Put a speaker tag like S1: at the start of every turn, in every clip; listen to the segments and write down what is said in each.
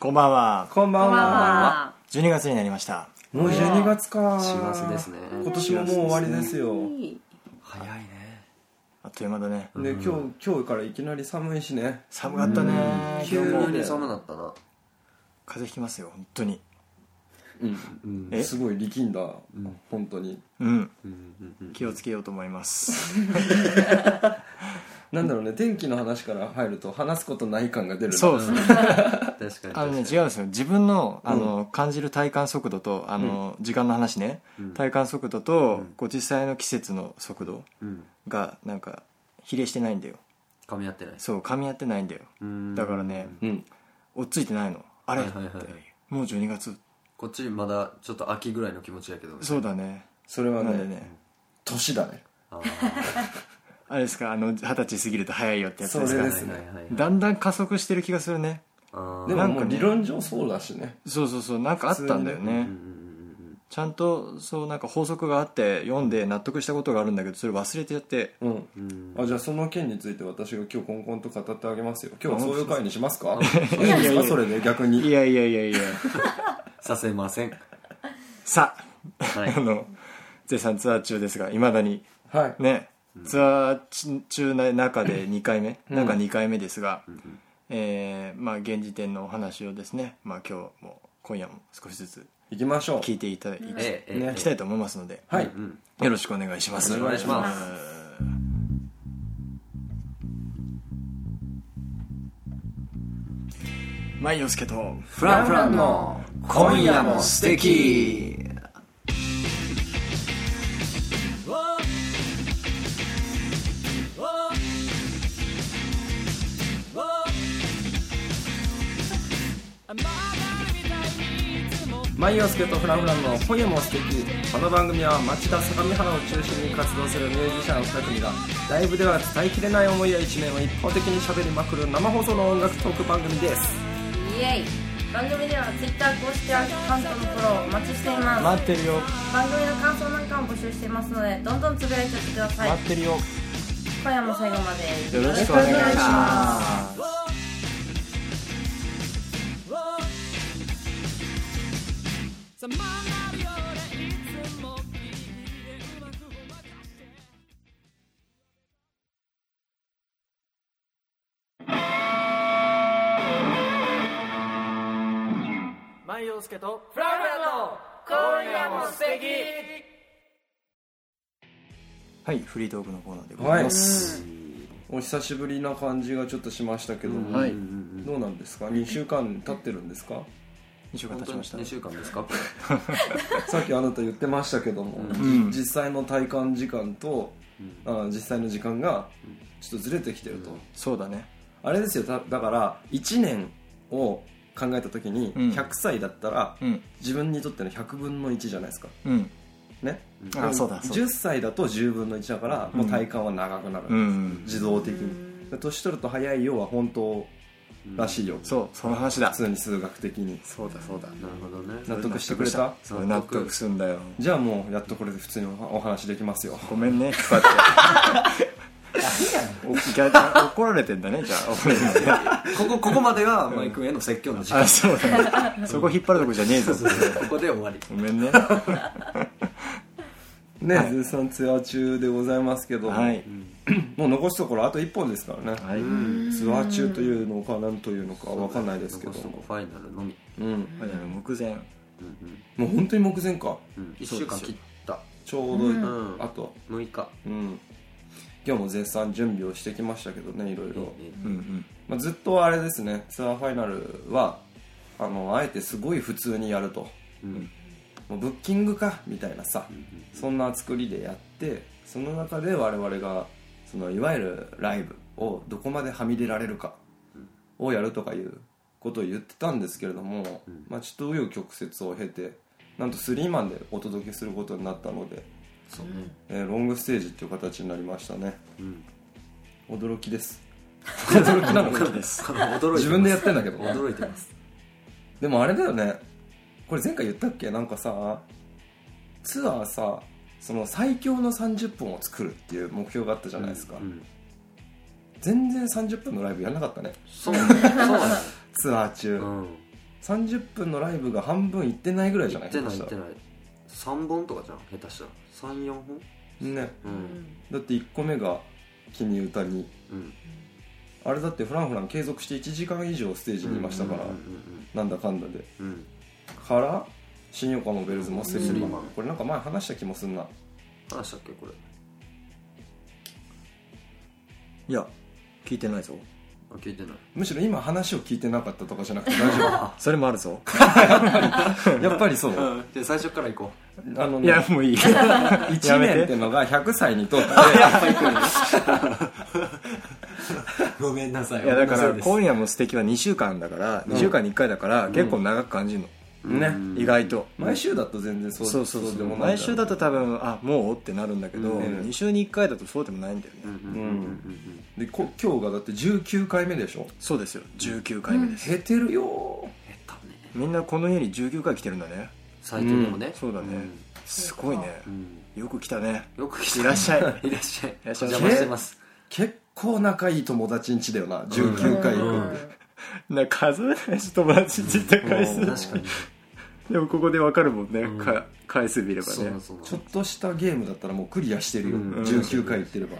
S1: こんばんは。
S2: こんばん
S3: こんばん
S2: は。
S3: は
S1: 12月になりました。
S2: もう12月か。
S4: 師走ですね
S2: 今年ももう終わりですよ。
S4: 早いね
S1: あっという間だね。
S2: で今日今日からいきなり寒いしね。
S1: 寒かったね。今
S4: 急
S1: 日も風
S4: に寒なったな
S1: 邪ひきますよ、本当に。
S4: うん
S1: え
S2: すごい力んだ、本当に。
S1: うん。
S4: うんうんうん
S1: 気をつけようと思います。
S2: なんだろうね天気の話から入ると話すことない感が出るな。
S1: そうですね。
S4: 確かに確
S1: あ
S4: か
S1: のね、
S4: に
S1: 違うんですよ。自分の、あの、感じる体感速度と、あの、時間の話ね。
S4: うん
S1: 体感速度と
S4: うん、
S1: こう、実際の季節の速度
S4: うん
S1: が、なんか、比例してないんだよ。
S4: 噛み合ってない
S1: そう、噛み合ってないんだよ。
S4: うん
S1: だからね、
S2: うん。
S1: 追っついてないの。あれ
S4: は
S1: っ
S4: い
S1: て
S4: はいはい
S1: もう12月。
S4: こっちまだちょっと秋ぐらいの気持ちやけどね
S1: そうだね。
S2: それは
S1: なんで
S2: ね
S1: ね。
S2: 年だね。
S4: あー
S1: あれですかあの二十歳過ぎると早いよってやつです
S2: それ
S1: か
S2: で
S4: はいはいはい
S1: だんだん加速してる気がするね
S4: あー
S2: で
S1: な
S2: も
S1: ん
S2: も
S1: か
S2: う
S1: ね
S2: 理論上そうだしね。
S1: そうそうそうなんかあったんだよね
S4: うんうんうん
S1: ちゃんとそうなんか法則があって読んで納得したことがあるんだけどそれ忘れてやって
S2: うん。
S4: うんうん
S2: あじゃあその件について私が今日コンコンと語ってあげますよ今日はそういう会にしますかいい
S1: いや
S2: で
S1: い
S2: す
S1: や
S2: かそれで逆に
S1: いやいやいやいや
S4: させません
S1: さ
S4: は
S1: ああ
S4: い
S1: の絶賛ツアー中ですがいまだに
S2: はい
S1: ねツアーち中の中で2回目
S2: うん
S1: 中2回目ですが、
S4: ん
S1: えーまあ現時点のお話をですね、まあ、今日も今夜も少しずつ
S2: 行きましょう
S1: 聞いていただき
S4: ええええ
S1: いきたいと思いますので、
S2: は
S4: う
S2: い
S4: ん
S1: よろしくお願いします。
S4: よろしくお願いします
S1: マイヨスケと
S4: フランフランの今夜も素敵
S2: マイオスケとフラフランの今夜も素敵この番組は町田相模原を中心に活動するミュージシャン2組がライブでは伝えきれない思いや一面を一方的に喋りまくる生放送の音楽トーク番組です
S3: イエイ番組では Twitter 公式アカウントのフォローお待ちしています
S1: 待ってるよ
S3: 番組の感想なんかも募集していますのでどんどんつぶやいてってください
S1: 待ってるよ
S3: 今夜も最後まで
S1: よろしくお願いします。はい、フリートークのコーナーでございます。
S2: お久しぶりな感じがちょっとしましたけども、
S1: はい、
S2: どうなんですか2週間経ってるんですか
S1: 2週間経
S4: 本当
S1: ち
S4: に
S1: ました
S4: 2。週間ですかこ
S2: さっきあなた言ってましたけども、
S1: ん
S2: 実際の体感時間と、あ実際の時間がちょっとずれてきてると、
S1: そうだね。
S2: あれですよだだから1年を考えた時に
S1: うん
S2: 100歳だったら
S1: うん、
S2: 自分にとっての100分の1じゃないですか
S1: うん、
S2: ね
S1: あーそうだそうだ
S2: 10歳だと10分の1だから
S1: うん
S2: もう体感は長くなる、
S1: うん、
S2: 自動的にで年取ると早いようは本当らしいよ、
S1: そう、その話だ
S2: 普。通に数学的に
S1: そうだ、そうだ。
S4: れなるほどね
S2: 納得してくれた
S1: それ納得すんだよ。
S2: じゃあもうやっとこれで普通におお話できますよ
S1: ごめんね、こうや って。おギャギャ怒られてんだね、じゃあ。俺に ね
S4: ここここまでがマイクへの説教の時間
S1: あ、そうだね。そこ引っ張るとこじゃねえぞ。
S4: ここで終わり
S1: ごめんね。
S2: ね絶賛ツアー中でございますけど、
S1: はい。
S2: もう残すところあと1本ですからね、
S1: はい。
S2: ツアー中というのか何というのか分かんないですけど
S4: 残すとこファイナルのみ
S2: うん、
S1: まあでも目前。
S2: もう本当に目前か
S4: 1週間切った
S2: ちょうど、
S4: ん
S2: あと
S4: 6日
S2: うん今日も絶賛準備をしてきましたけどねいろいろ、
S1: うんうん。
S2: まあ、ずっとあれですねツアーファイナルはあのあえてすごい普通にやると
S4: うん
S2: もうブッキングかみたいなさ、そんな作りでやってその中で我々がそのいわゆるライブをどこまではみ出られるかをやるとかいうことを言ってたんですけれども、まあ、ちょっと紆余曲折を経てなんとスリーマンでお届けすることになったので、
S4: そうね
S2: えーロングステージっていう形になりましたね
S4: うん
S2: 驚きです 驚きなのか
S1: です。
S4: 驚いて ます
S2: 自分でやってんだけどね
S4: 驚いてます
S2: でもあれだよねこれ前回言ったっけなんかさツアーさその最強の30分を作るっていう目標があったじゃないですか、
S4: うん
S2: 全然30分のライブやらなかったね
S4: そうねそうね
S2: ツアー中、
S4: うん
S2: 30分のライブが半分いってないぐらいじゃない
S4: ってない
S2: ひ
S4: 行
S2: ょ
S4: っ
S2: してた
S4: ない3本とかじゃん下手したら34本
S2: らね
S4: うん
S2: だって1個目が「君歌に
S4: うん」
S2: あれだってフランフラン継続して1時間以上ステージにいましたから、
S4: うん
S2: なんだかんだで
S4: うんうん
S2: から新横浜ベルズモスリーマン
S4: うん
S2: これなんか前話した気もすんな
S4: 話したっけこれ
S1: いや聞いてないぞ
S4: あ聞いてない
S2: むしろ今話を聞いてなかったとかじゃなくて大丈
S1: それもあるぞ
S2: 夫やっぱりそうあ
S4: じゃあ最初から行こ
S2: の
S1: い
S2: ね
S1: やもういいや
S2: 1
S1: め
S2: 年っててのが100歳にとって
S4: う ごめんなさ
S1: いやだから今夜も素敵は2週間だから2週間に1回だから結構長く感じる
S2: ね
S1: の意外と
S2: 毎週だと全然そう
S1: そうそうそ
S2: で
S1: う
S2: もない
S1: 毎週だと多分あもうってなるんだけど
S2: うん
S1: 2週に1回だとそうでもないんだよね
S4: うんうんうんうん
S2: でこ今日がだって19回目でしょ
S1: そうですよ19回目です
S2: 減ってるよ
S4: 下手ね
S1: みんなこの家に19回来てるんだね
S4: 最近でもね
S1: そうだねすごいね
S4: うんうん
S1: よく来たね
S4: よく来て
S1: いらっしゃい
S4: いらっしゃい
S1: いらっしゃい
S4: 邪魔してます
S2: 結構仲いい友達んちだよな19回行くって
S1: な数えないし友達って言った回数
S4: 確かに
S1: でもここでわかるもんね
S4: ん
S1: か回数見れば
S4: そうな
S1: ね
S4: のそうな
S2: ちょ
S4: の
S2: っとしたゲームだったらもうクリアしてるよ、
S4: うん
S2: 19回行ってれば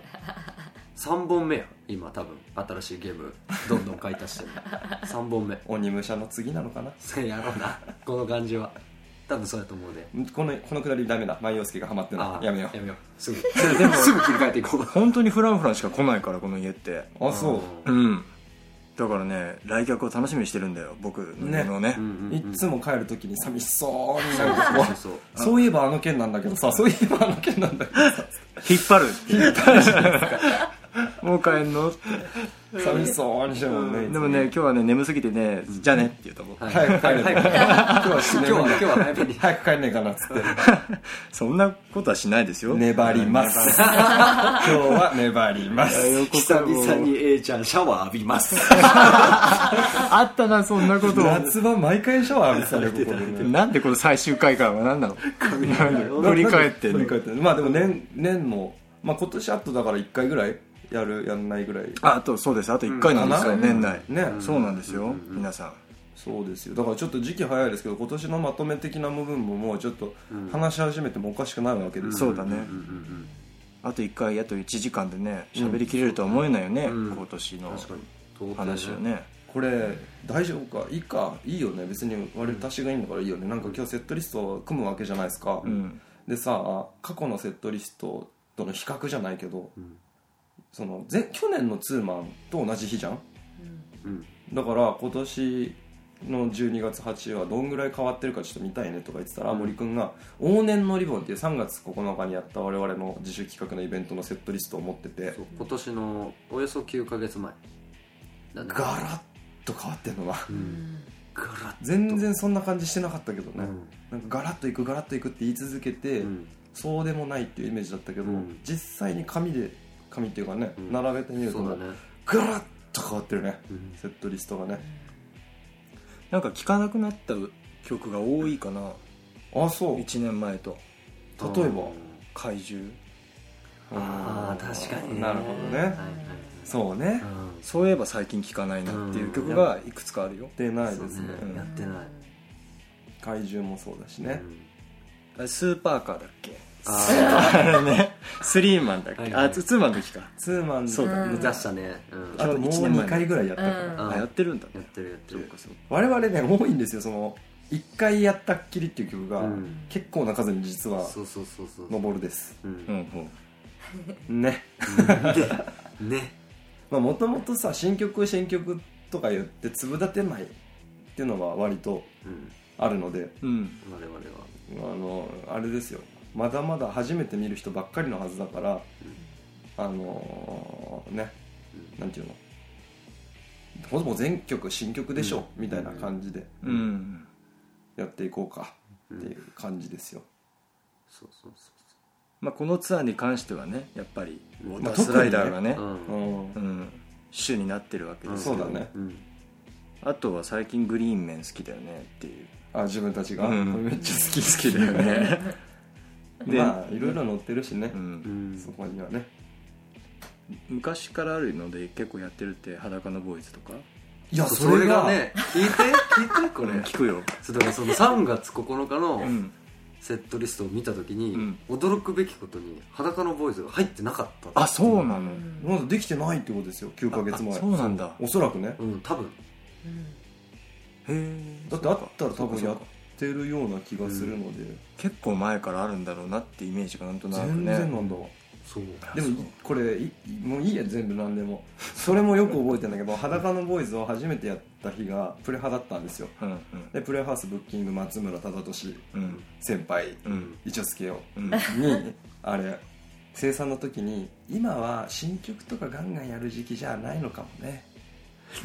S4: 3本目や今多分新しいゲームどんどん買い足 してる3本目
S2: 鬼武者の次なのかな
S4: せやろうなこの感じは多分そうやと思うで
S2: このこのくだりダメだ万葉介がハマって
S4: あ
S2: な
S4: あ
S2: いやめよ
S4: や
S2: う
S4: めよう すぐすぐ切り替えていこ う
S1: 本当にフランフランしか来ないからこの家って
S2: あそう
S1: うんだからね来客を楽しみにしてるんだよ僕の家のね
S4: うんうんうん
S2: いっつも帰る時に寂しそうに
S4: そうそうそうそう
S2: そういえばあの件なんだけどさそういえばあの件なんだけどさ
S1: 引っ張るっていうもう帰んのって
S2: 寂しそうにしてるもんね、
S1: でもね今日はね眠すぎてねじゃあねって言うと思う
S4: はい
S2: 早く帰れ
S4: はい
S2: 今日は死
S4: 今
S2: ね
S4: 日
S2: る
S4: は
S2: ん
S4: 今
S2: だ
S4: 日は早めに
S2: 早く帰んねえかなっつって
S1: そんなことはしないですよ
S2: 粘ります今日は粘りま
S1: いや
S2: す
S1: よ
S4: 久々に A ちゃんシャワー浴びます
S1: あったなそんなこと
S2: 夏場毎回シャワー浴びてたよここでね
S1: なんでこの最終回からは何なの
S2: な
S1: 振り返ってん
S2: 振
S1: の
S2: り返ってんのまあでも年年も、まあ、今年あとだから1回ぐらいやるやんないぐらい
S1: ああとそうですあと1回なんですよ
S2: うん
S1: 年内
S2: ね、
S1: そうなんですよ皆さん
S2: そうですよだからちょっと時期早いですけど今年のまとめ的な部分ももうちょっと話し始めてもおかしくないわけです、
S1: そうだね
S4: うんうん
S1: あと1回あと1時間でね喋りきれるとは思えないよね
S4: うん
S1: 今年
S4: うん
S1: の
S4: 確かに
S1: 話をね
S2: これ大丈夫かいいかいいよね別に割り足しがいいんだからいいよねなんか今日セットリストを組むわけじゃないですか、
S1: うん
S2: でさ過去のセットリストとの比較じゃないけど、
S4: ん
S2: その前去年のツーマンと同じ日じゃん
S4: うん
S2: だから今年の12月8日はどんぐらい変わってるかちょっと見たいねとか言ってたら、森くんが「往年のリボン」っていう3月9日にやった我々の自主企画のイベントのセットリストを持ってて
S4: そう今年のおよそ9ヶ月前だね
S2: ガラッと変わってんのな
S4: うんガラッ
S2: 全然そんな感じしてなかったけど
S4: う
S2: ね、
S4: ん
S2: なんかガラッといくガラッといくって言い続けて、
S4: うん
S2: そうでもないっていうイメージだったけど、
S4: うん
S2: 実際に紙で紙っていうかね、
S4: うん
S2: 並べてみると
S4: そうだね
S2: ガラッと変わってるね
S4: うん
S2: セットリストがね
S1: なんか聴かなくなった曲が多いかな
S2: あそう例え
S1: 1年前と
S2: ば
S1: 怪獣
S4: ああ確かにね
S2: なるほどね、
S4: はいはい
S2: そうね
S4: はいうん
S1: そういえば最近聴かないなっていう曲がいくつかあるよ
S2: 出ないですね
S4: そうねやってない
S2: 怪獣もそうだしね
S4: う、ん
S1: あれスーパーカーだっけ
S4: あ
S1: あれねスリーマンだっ
S4: はい
S1: け
S4: はい
S1: あツツーマンの時か
S2: ツーマン
S1: そうだ
S3: う
S4: あ
S3: ん
S4: 出したねうん
S2: あともう
S1: ちょうど一年前
S2: 2回ぐらいやったから、
S4: うん
S1: あやってるんだ
S4: やっ
S1: ね
S4: てるやってる
S2: 我々ね多いんですよその1回やったっきりっていう曲が、
S4: うん
S2: 結構な数に実は
S4: そうそうそうそう
S2: 上るです
S4: うん
S1: うんうん
S2: ね
S4: ね
S2: まあもともとさ新曲新曲とか言って粒立てないっていうのは割と
S4: うん
S2: あるので
S1: うん
S4: 我々は
S2: あのあれですよまだまだ初めて見る人ばっかりのはずだから、あのーねなんていうのほぼ全曲新曲でしょ、みたいな感じで
S1: うん
S2: やっていこうかっていう感じですよ、
S4: そうそうそ
S1: まあこのツアーに関してはねやっぱりウ
S4: まあ
S1: ォータースライダーがね
S4: うう
S2: うんん
S1: うん主になってるわけです
S2: そ
S1: よ
S2: うだね
S4: うん
S1: あとは最近グリーンメン好きだよねっていう
S2: あ自分たちが、
S1: うん
S2: これめっちゃ好
S1: 好きだよね
S2: き
S1: で
S2: まあいろいろ載ってるしね、
S1: うん
S4: うん
S2: そこにはね
S1: 昔からあるので結構やってるって「裸のボーイズ」とか
S2: いや
S4: それがね聞いて聞いてこれ
S1: 聞くよ
S4: そうだからその3月9日
S1: う
S4: の
S1: ん
S4: セットリストを見た時に、
S1: うん
S4: 驚くべきことに裸のボーイズが入ってなかった
S1: あそうなの
S2: まだできてないってことですよ9ヶ月前
S1: あそうなんだ
S2: おそらくね
S4: うん多分
S3: うん
S1: へえ
S2: だってあったら多
S1: そう
S2: 分やっ
S1: かそうか
S2: てるような気がするので、
S1: 結構前からあるんだろうなってイメージがなんとなく
S2: 全然
S1: ね
S2: なんだわ、
S4: そう
S2: でもこれいもういいや全部何でもそれもよく覚えてんだけど「裸のボーイズ」を初めてやった日がプレハだったんですよ
S1: うん
S2: でプレハウスブッキング松村忠俊
S1: うんうん
S2: 先輩
S1: うん
S2: 一之輔を
S1: うん
S2: にあれ生産の時に今は新曲とかガンガンやる時期じゃないのかもね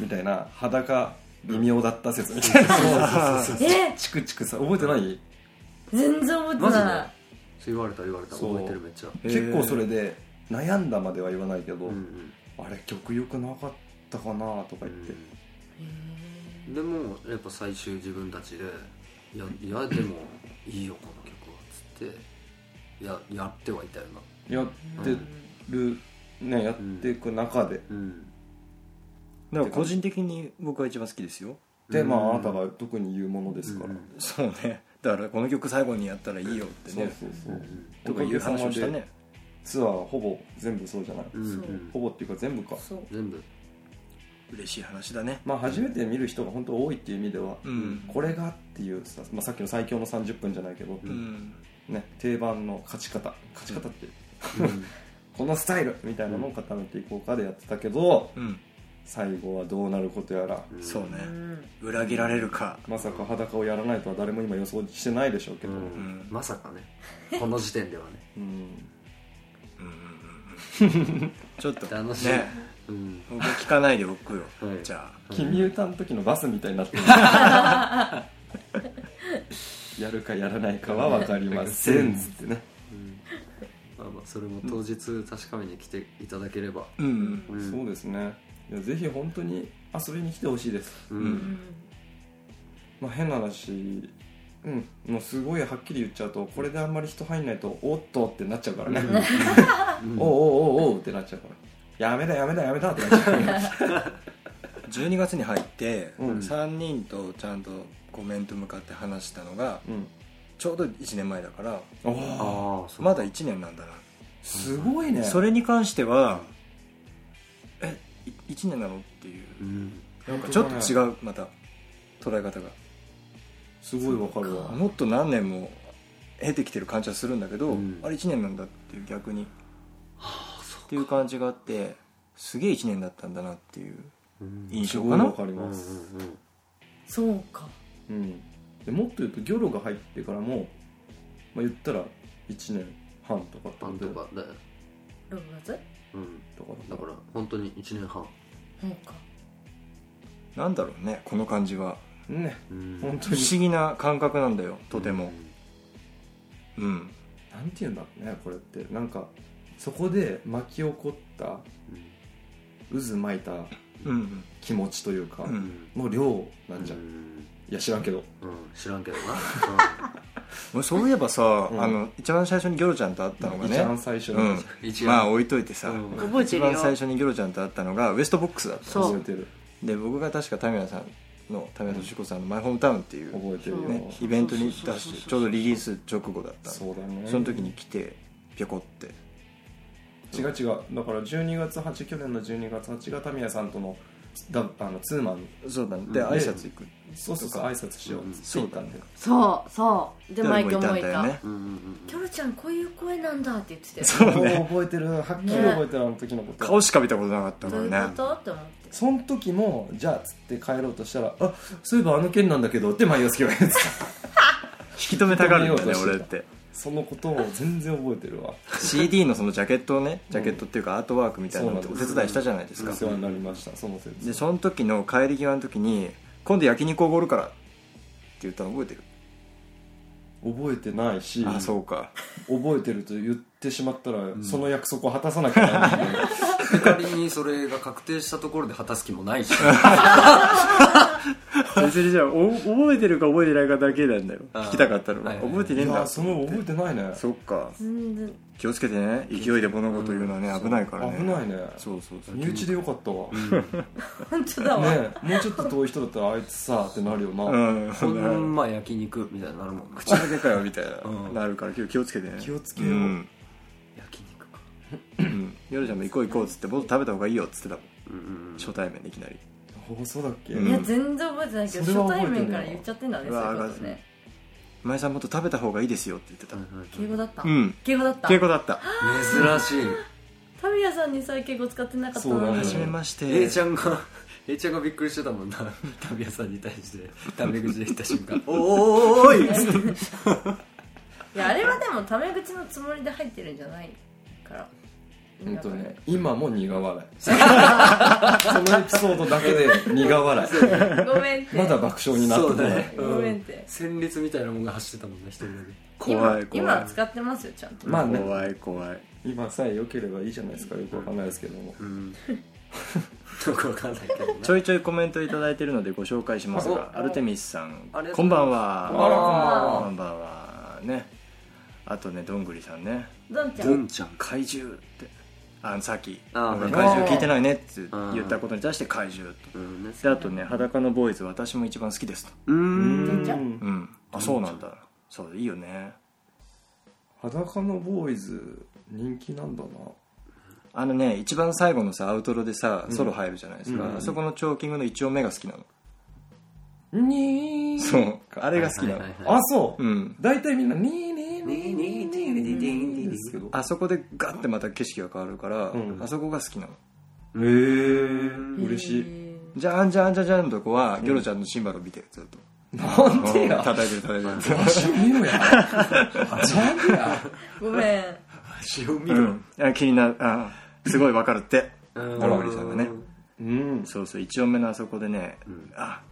S2: みたいな裸微妙だっ た説みたいな
S3: え
S2: チクチクさ覚えてない
S3: 全然覚えて
S4: マジで
S3: な
S4: そう言われた言われた
S2: そう
S4: 覚えてるめっちゃ
S1: へー
S2: 結構それで悩んだまでは言わないけど、
S4: うんうん
S2: あれ曲良くなかったかなとか言って、
S3: い
S4: うんでもやっぱ最終自分たちで「いやいやでもいいよこの曲は」っつってややってはいたよな
S2: やっ
S3: へ
S2: てる、ねやっていく中で、
S4: うん
S1: だから個人的に僕が一番好きですよ
S2: でま
S4: うん
S2: ああなたが特に言うものですから、
S4: うん
S1: そうねだからこの曲最後にやったらいいよって
S2: そう
S1: ね
S2: そうそうう、
S4: ん
S1: とかいう話をしたね
S2: ツアーほぼ全部そうじゃない、
S4: うんうん
S2: ほぼっていうか全部か
S3: そう
S4: 全部
S1: 嬉しい話だね
S2: まあ初めて見る人が本当多いっていう意味では、
S1: うん
S2: これがっていうさ、まあ、さっきの最強の30分じゃないけど、
S1: うん、
S2: ね、定番の勝ち方勝ち方って、このスタイルみたいなのを固めていこうかでやってたけど
S1: うん
S2: 最後はどうなることやら
S4: うん
S1: そう
S3: う
S1: ね
S3: ん
S1: 裏切られるか
S2: まさか裸をやらないとは誰も今予想してないでしょうけ
S4: う
S2: ど、
S4: ん
S1: うん
S4: まさかねこの時点ではね
S2: うん
S1: うんうんうんうん ちょっと
S4: 楽しい
S1: ね
S4: うん
S1: 僕聞かないでおくよ、
S4: はい
S1: じゃ
S2: 君歌の時のバスみたいになってるやるかやらないかは分かりませんっつってね、
S4: うんまあまあそれも当日確かめに来ていただければ
S1: あうん
S4: うん
S2: そうですねいやぜひ本当に遊びに来てほしいです
S4: う
S3: うんん
S2: まあ、変な話うんもうすごいはっきり言っちゃうとこれであんまり人入んないとおっとってなっちゃうからね、
S4: うん
S2: おうおうおうおうってなっちゃうからやめだやめだやめだってなっちゃうからね
S1: 12月に入って、
S2: うん
S1: 3人とちゃんとコメント向かって話したのが
S2: うん
S1: ちょうど1年前だから
S2: おー
S4: ああそう
S1: まだ1年なんだな、
S2: すごいね
S1: それに関してはえ1年なのっていう
S4: うん
S1: なんかちょっと違うまた捉え方が
S2: すごいわかるわ
S1: もっと何年も経てきてる感じはするんだけど、
S4: うん
S1: あれ1年なんだっていう逆に
S4: ああそ
S1: っていう感じがあってすげえ1年だったんだなっていう
S4: ううん
S1: 印
S2: す
S1: 象
S2: ご
S1: か
S2: い
S1: な
S2: わかり
S4: うんう
S2: ます、
S4: んうん
S3: そうか
S2: うんでもっと言うとギョロが入ってからも、まあ、言ったら1年半とかって
S4: な
S2: こ
S4: ん
S2: とと
S4: かだよ
S3: 6月
S4: うん
S2: だ
S4: だ
S2: か
S4: からら本当に1年半
S3: そうか
S1: なんだろうねこの感じは
S2: ね
S4: うん
S2: 本当
S1: 不
S2: に
S1: 思議な感覚なんだよとてもうん
S2: なんて言うんだろうねこれってなんかそこで巻き起こった
S4: うん
S2: 渦巻いた
S1: うん
S2: 気持ちというか、
S1: う
S4: うんん
S2: の量なんじゃん、
S4: う
S2: い
S4: ん
S2: や知らんけど
S4: うん知らんけど な
S1: 俺そういえばさ、
S2: うん
S1: あの一番最初にギョロちゃんと会ったのが
S2: 一
S1: ね
S2: 番最初
S1: う
S2: の
S1: ん
S4: うん一
S1: まあ
S4: 応
S1: 置いといてさ、
S4: うん
S3: 覚えて
S1: 一
S3: るよ
S1: 番最初にギョロちゃんと会ったのがウエストボックスだった
S2: 覚
S3: そ
S2: え
S3: う
S2: てる
S1: で僕が確か田村さんの田村俊子さんの「マイホームタウン」っていう、
S2: 覚えてるよ、
S1: ね、イベントに出してちょうどリリース直後だった
S2: そうだね
S1: その時に来てピョコって
S2: 違う違うだから12月8去年の12月8がタミヤさんとのだあのツーマン
S1: そうだねで
S4: うん
S1: 挨拶行く
S2: そうそうそう
S1: とか
S2: 挨拶しようっつって
S1: そ
S2: 言
S1: う
S2: っ
S1: だ
S2: た
S1: ね
S2: んで、
S3: そうそうでマイク
S1: 誰
S3: 思
S1: も
S3: え
S1: いた
S3: た
S1: んだよね
S4: うんうんうん
S3: キョロちゃんこういう声なんだって言ってた
S1: そうね
S2: もう覚えてるはっきり覚えてるあの時のこと
S1: 顔しか見たことなかった
S3: よど
S1: か
S3: ういう
S1: ら
S3: こ
S1: ね
S3: とって思って
S2: その時もじゃあつって帰ろうとしたらあそういえばあの件なんだけどってマイヤスケが 言ってた
S1: 引き止めたがるんだ
S2: 引き
S1: ね
S2: 止めようとしてた
S1: 俺って
S2: そのことを全然覚えてるわ
S1: CD のそのジャケットをねジャケットっていうかアートワークみたいなのって
S2: そ
S1: お
S2: うなん
S1: 手
S2: です
S1: 伝いしたじゃないです
S2: お
S1: か
S2: 世話になりましたその説
S1: でその時の帰り際の時に「今度焼肉おごるから」って言ったの覚えてる
S2: 覚えてないし
S1: あそうか
S2: 覚えてると言ってしまったら、その約束を果たさなきゃな らないんで
S4: 仮にそれが確定したところで果たす気もないし
S1: 別にじゃあお覚えてるか覚えてないかだけなんだよ
S4: あー
S1: 聞きたかったのは、
S4: はいはい
S1: 覚えて
S2: い
S1: ねえん
S2: や
S1: だ
S2: その覚えてないね
S1: そっか
S3: 全然
S1: 気をつけてね勢いで物事言うのはね、
S4: うん
S1: 危ないからね
S2: 危ないね
S1: そうそうそう
S2: 身内でよかったわね
S3: 本当だわ、
S2: えもうちょっと遠い人だったらあいつさってなるよ
S1: う
S2: なん
S4: ほんま焼肉みたいになるもんな
S1: 口だけかよみたいな、
S4: うん
S1: なるから気をつけてね
S2: 気をつけよう
S1: うん
S4: 焼肉か
S1: うん夜ちゃんも行こう行こうっつってもっと食べた方がいいよっつってたもん
S4: うんうんうん
S1: 初対面でいきなり
S2: 放送だっけ
S1: うん
S3: いや全然覚えてないけど
S2: それは
S3: 初
S2: 覚えて
S3: 対
S2: るよ
S3: 面から言っちゃってんだね
S1: う
S3: そう
S1: わ
S3: いうことね
S1: 今井さんもっと食べた方がいいですよって言ってた
S4: はいはいはい
S3: 敬語だった、
S1: うん
S3: 敬語だった
S1: 敬語だった
S4: 珍しい
S3: タミヤさんにさ敬語使ってなかった
S2: そうだね
S1: 初めまして、
S4: A ちゃんが A ちゃんがびっくりしてたもんなタミヤさんに対してタメ口で言った瞬 間「おーおーおい!」っつって
S3: いやあれはでもタメ口のつもりで入ってるんじゃないから
S2: 本当ね今も苦笑いそのエピソードだけで苦笑
S3: ごめんって
S2: いまだ爆笑になってこない、
S4: そう
S3: ごめんって
S4: 戦慄みたいなもんが走ってたもんな一人だ
S1: 怖い怖い
S3: 今今使ってますよちゃんと
S2: まあね
S1: 怖い怖い
S2: 今さえ良ければいいじゃないですかよくわかんないですけども
S4: けうん よくわかんないけどな
S1: ちょいちょいコメントいただいてるのでご紹介しますが
S4: あ
S1: アルテミスさん
S4: ありがとうございます
S1: こんばんは
S2: あらこんばんは
S1: こんばんはねあとねどんぐりさんね
S3: どんちゃ
S4: ド
S3: ん
S4: ンちゃん
S1: 怪獣ってあのさっき
S4: あー
S1: 怪
S2: はい
S1: 獣聞いてないねって言ったことに対して怪獣と
S4: うんね
S1: であとね裸のボーイズ私も一番好きですと
S4: うー
S2: うん
S3: んじゃあ
S2: ん
S1: うんあそうなんだそういいよね
S2: 裸のボーイズ人気なんだな
S1: あのね一番最後のさアウトロでさソロ入るじゃないですか、
S2: うん
S1: あそこのチョーキングの一丁目が好きなの、
S2: にー
S1: そうあれが好きなの、
S4: はいはいはい
S2: あそう、
S1: うん
S2: 大体みんな「にーにーにーにーにーにーにー」ですけど
S1: あそこでガッてまた景色が変わるから、
S2: うん
S1: あそこが好きなの
S2: へえ嬉しい
S3: い
S1: じゃんじゃんじゃんじゃんのとこはギョロちゃんのシンバルを見てるずっと
S2: なんでや
S1: 叩いてる叩いてる ずっ
S2: 足見ろやなんでや
S3: ごめ ん
S4: 足を見
S1: と、う
S4: ろ
S1: ん、あ気になるあすごいわかるって
S4: うん
S1: ドラゴリさんがね
S2: うん
S1: そうそう一丁目のあそこでね、
S4: ん
S1: あ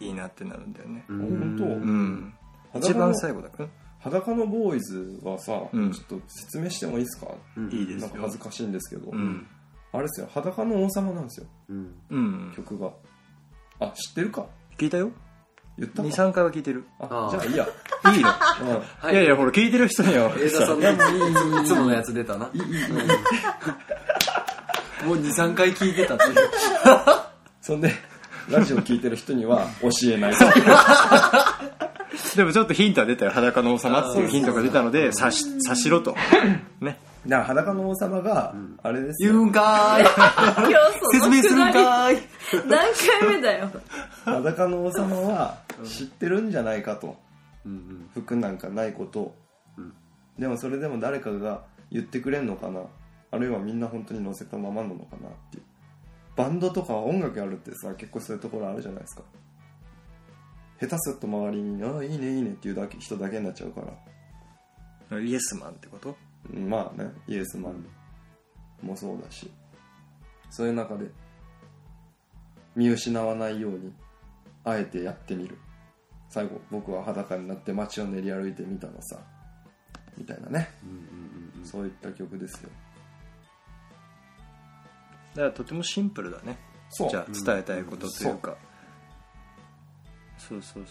S1: いいなってなるんだよね
S4: う
S2: 本
S4: ん
S2: 当、
S1: うん、
S2: 裸
S1: 一
S2: の
S1: 番最後だから、
S2: 裸のボーイズはさ、
S1: うん
S2: ちょっと説明してもいいですか
S4: うん
S1: いいで
S2: なん
S1: す
S2: か
S1: よ
S2: 恥ずかしいんですけど、
S1: うん
S2: あれですよ裸の王様なんですよ
S4: うん
S1: うん
S2: 曲があ知ってるか
S1: 聞いたよ
S2: 言ったか
S1: 23回は聞いてる
S2: あじ
S4: あ
S2: ゃあいいや、
S1: いいよ
S4: はい
S1: やいや、ほら、聞いてる人には。
S4: 映田さん
S1: さ
S4: のいつものやつ出たなうん もう23回聞いてたっていう
S2: そんでラジオ聞いてる人には教えない
S1: でもちょっとヒントは出たよ。裸の王様っていうヒントが出たので、さし、さしろと。ね。
S2: だから裸の王様があれです
S4: 言
S2: よ、
S4: うんか
S3: 今日
S4: ーい説明するんかーい
S3: 何回目だよ
S2: 裸の王様は知ってるんじゃないかと
S4: うん
S2: 服なんかないことを、
S4: うん
S2: でもそれでも誰かが言ってくれんのかなあるいはみんな本当に乗せたままなのかなっていうバンドとか音楽やるってさ結構そういうところあるじゃないですか下手すると周りに「ああいいねいいね」っていうだけ人だけになっちゃうから、
S1: イエスマンってこと
S2: うんまあねイエスマンもそうだしそういう中で見失わないようにあえてやってみる最後僕は裸になって街を練り歩いてみたのさみたいなね
S4: うん
S2: そういった曲ですよ。
S1: だからとてもシンプルだね。
S2: そ
S1: じゃあ、伝えたいことというか。そうそうそう。だか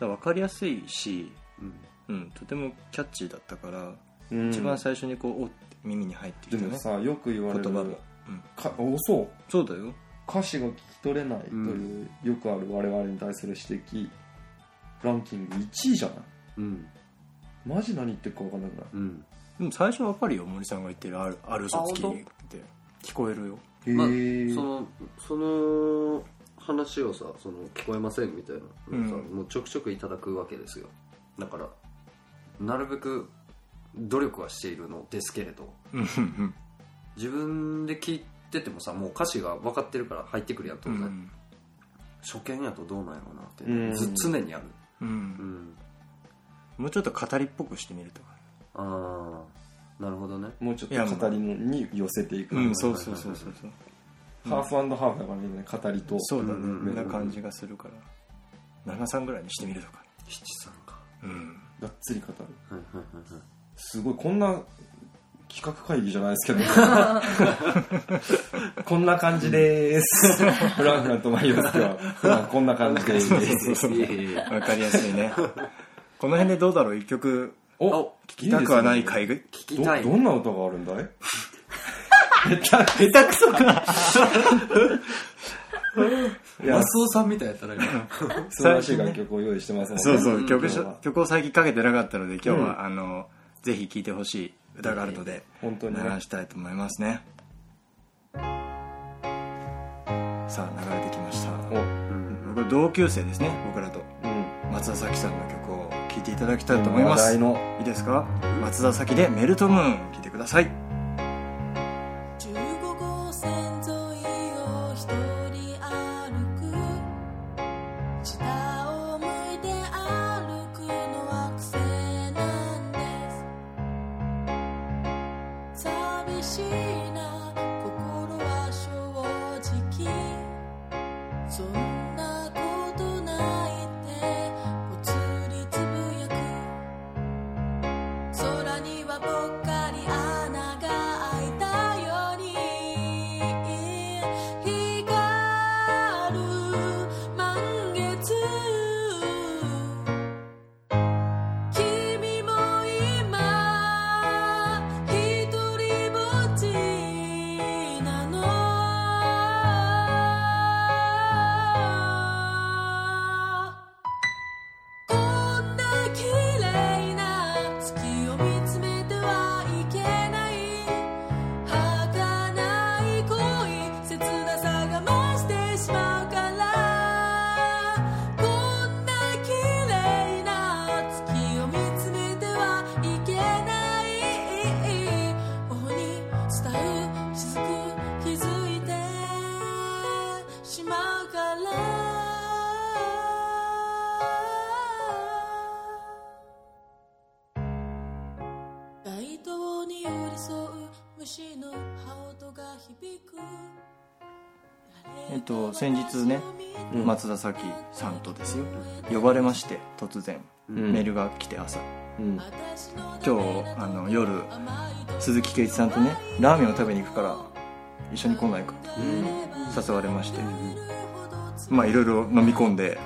S1: ら分かりやすいし、うん、とてもキャッチーだったから、
S2: うん
S1: 一番最初にこう、おって耳に入って
S2: で
S1: きた
S2: も
S1: ね。
S2: さ、よく言われる
S1: 言葉も。うん。
S2: かおそう
S1: そうだよ。
S2: 歌詞が聞き取れないという、よくある我々に対する指摘ランキング1位じゃない
S4: うん
S2: マジ何言ってるか分かんなくない
S4: うん
S1: でも最初分かるよ、森さんが言ってる、ある、ある嘘つき
S4: あ
S1: っ
S4: 本
S1: て。聞こえるよ。
S2: へ
S4: まあ
S2: ー
S4: そのその話をさその聞こえませんみたいなのをさ、
S1: うん
S4: もうちょくちょくいただくわけですよだからなるべく努力はしているのですけれど
S1: うん、うん、
S4: 自分で聞いててもさもう歌詞が分かってるから入ってくるやん当
S1: う
S4: 然、
S1: ん。
S4: 初見やとどうなんやろうなって、
S2: うん
S4: ず常にある、
S1: うん
S4: う。ん、
S1: もうちょっと語りっぽくしてみるとか
S4: ああなるほどね
S2: もうちょっと語りのに寄せていく、
S1: うん
S2: ハ
S1: そうそうそうそうそう
S2: ーフハーフだからね語りと
S1: そうだ
S4: う
S1: ね
S4: ん
S1: な感じがするから73ぐらいにしてみるとか
S4: 七三か
S1: うん
S2: がっつり語る
S4: はいはいはいはい
S2: すごいこんな企画会議じゃないです けど、こんな感じでーす。フランフランとマイオスケは、普段こんな感じでーす。
S4: いやいやいや
S1: わかりやすいねこの辺でどうだろう一曲
S2: お
S1: 聞きたくはない
S2: い
S1: 回ぐ
S4: 聞
S2: い
S4: き
S2: です
S4: た
S2: ね
S4: い
S2: ど、どんな歌があるんだい下手、
S1: 下手くそか
S2: いや
S4: マスオさんみたいやったら今
S2: 素晴らしい楽曲を用意してますので。
S1: そうそう曲
S2: 今日
S1: し
S2: は
S1: 曲を最近かけてなかったので今日はあのぜひ聴いてほしい歌があるので
S2: 本当にね
S1: 流したいと思いますねさあ流れてきました
S2: お、うん。
S1: 僕同級生ですね僕らと松田咲さんの曲を聴いていただきたいと思いま
S2: 話
S1: す
S2: 題の
S1: いいですか松田咲でメルトムーン聴いてください
S3: 15号線沿いを一人歩く下を向いて歩くのは癖なんです寂しいな心は正直そんなことないってぽつりつぶやく空にはぽっかり穴が開いたように光る満月君も今一人ぼっちなのこんな綺麗な月を見つめてはいけない儚い恋切なさが増してしまうからこんな綺麗な月を見つめてはいけない頬に伝う雫気づいてしまうから街灯に寄り添う虫の羽音が響く
S1: えっと先日ね
S2: うん
S1: 松田咲さんとですよ呼ばれまして突然
S2: うん
S1: メールが来て朝
S2: うん。
S1: 今日あの夜鈴木圭一さんとねラーメンを食べに行くから一緒に来ないかと誘われましてまあいろいろ飲み込んで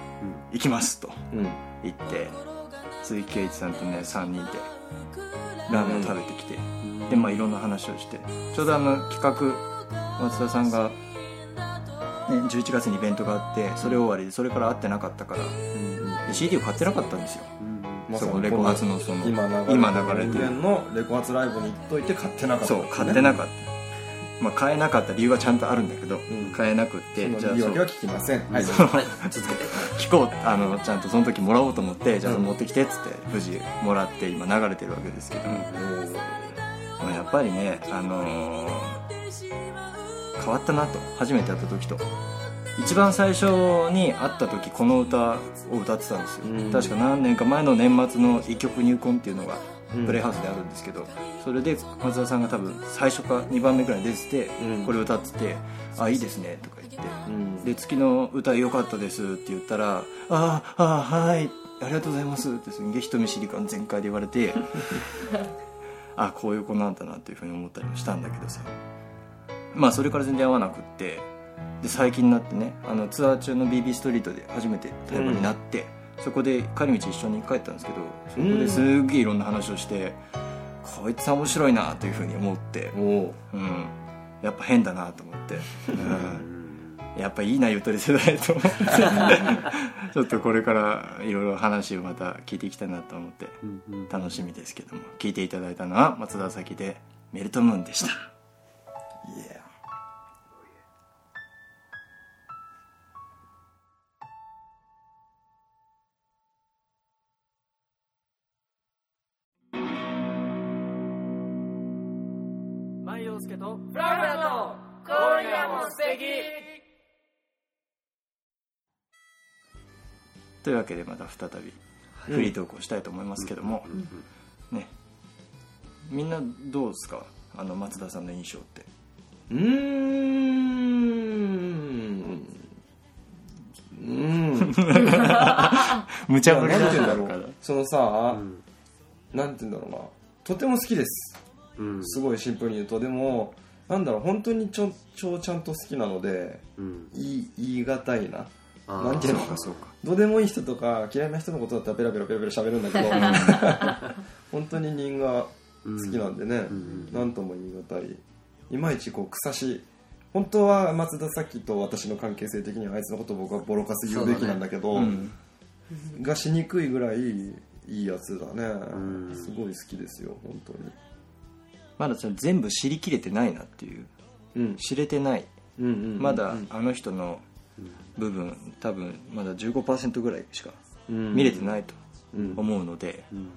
S1: 行きますと
S2: うん。
S1: 言って鈴木圭一さんとね3人でラーメンを食べてきてでまあいろんな話をしてちょうどあの企画松田さんが、ね、11月にイベントがあってそれ終わりでそれから会ってなかったからで CD を買ってなかったんですよ
S2: ま
S1: そ
S2: さ
S1: の
S2: に
S1: レコ発のその
S2: 今流れ
S1: 今流れて
S2: て
S1: る
S2: るのレコ発ライブに行っといて買ってなかった
S1: そう買ってなかった、まあ、買えなかった理由はちゃんとあるんだけど、
S2: ん
S1: 買えなくって
S2: そ
S1: じゃ
S2: の
S1: あ
S2: 理由
S1: そう
S2: は聞きませんはい
S4: はい続けて
S1: 聞こうあのちゃんとその時もらおうと思ってじゃあ持ってきてっつって無事もらって今流れてるわけですけども、まあやっぱりね、あのー変わったなと初めて会った時と一番最初に会った時この歌を歌ってたんですよ、
S2: うん
S1: 確か何年か前の年末の「一曲入魂」っていうのが
S2: うん
S1: プレイハウスであるんですけど、それで松田さんが多分最初か2番目くらいに出てて、
S2: うん
S1: これ歌ってて「あいいですね」とか言って。
S2: うん
S1: で月の歌良かったですって言ったら「あーあーはいありがとうございます」ってすんげえ人見知り感全開で言われてあこういう子なんだなっていうふうに思ったりもしたんだけどさまあそれから全然会わなくってで最近になってねあのツアー中の BB ストリートで初めて対話になって、そこで帰り道一緒に帰ったんですけどそこですげえいろんな話をして、こいつは面白いなというふうに思って、
S2: おお
S1: うん、やっぱ変だなと思って、うん、やっぱいいなゆとり世代と思ってちょっとこれからいろいろ話をまた聞いていきたいなと思って楽しみですけども聞いていただいたのは松田咲で「メルトムーン」でした
S2: いや
S5: フラフラと今夜も素敵
S1: というわけでまた再びフリートークをしたいと思いますけども、ねみんなどうですかあの松田さんの印象って
S2: うーんうーん
S1: 無
S2: じ
S1: 茶
S2: ゃあ
S1: ぶり
S2: 何
S1: だ
S2: て言うんだ
S1: ろ
S2: ろ
S1: うから
S2: うそのさ
S4: ん
S2: なんて言うんだろうなとても好きです
S4: うん
S2: すごいシンプルに言うとでもなんだろう本当にちょ超ちゃんと好きなので
S4: うん
S2: 言い言い難いな
S4: あー
S2: なんていうのか
S1: そうか
S2: どうでもいい人とか嫌いな人のことだったらペラペラペラペラ喋るんだけど本当に人が好きなんでね、
S4: うん
S2: なんとも言い難いいまいちこう草し本当は松田咲と私の関係性的にはあいつのことを僕はボロカス言うべきなんだけど
S1: うん
S2: がしにくいぐらいいいやつだね、
S4: ん
S2: すごい好きですよ本当に、
S1: まだそれ全部知りきれてないなっていう
S2: うん、
S1: 知れてない
S2: うんうんうん
S1: まだあの人の部分多分まだ15%ぐらいしか見れてないと
S2: うん
S1: 思うので、
S4: うん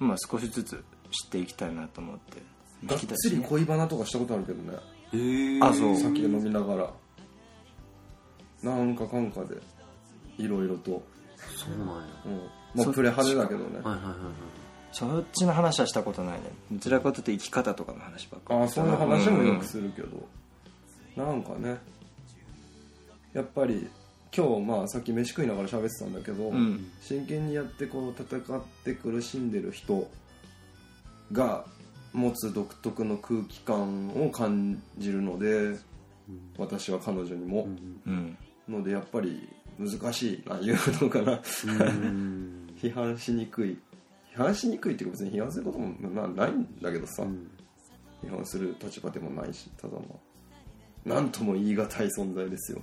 S1: まあ少しずつ知っていきたいなと思って
S2: がっつり恋バナとかしたことあるけどね
S4: えー
S1: あそう
S2: 酒飲みながらなんかかんかでいろいろと、
S4: そうなんや
S2: うん、ま
S1: そ
S2: あ
S1: っちか
S2: プレ派手だけどね
S4: はいはいはいはい
S1: そっちの話はしたことないねどちらかというと生き方とかの話ばっかり
S2: ああそういう話もよくするけど、なんかねやっぱり今日まあさっき飯食いながら喋ってたんだけど、
S1: うん
S2: 真剣にやってこう戦って苦しんでる人が持つ独特の空気感を感じるので私は彼女にも、
S1: うん
S2: のでやっぱり難しいな言うのかな
S4: うん
S2: 批判しにくい批判しにくいっていうか別に批判することもまあないんだけどさ、批判する立場でもないしただまあなんとも言い難い存在ですよ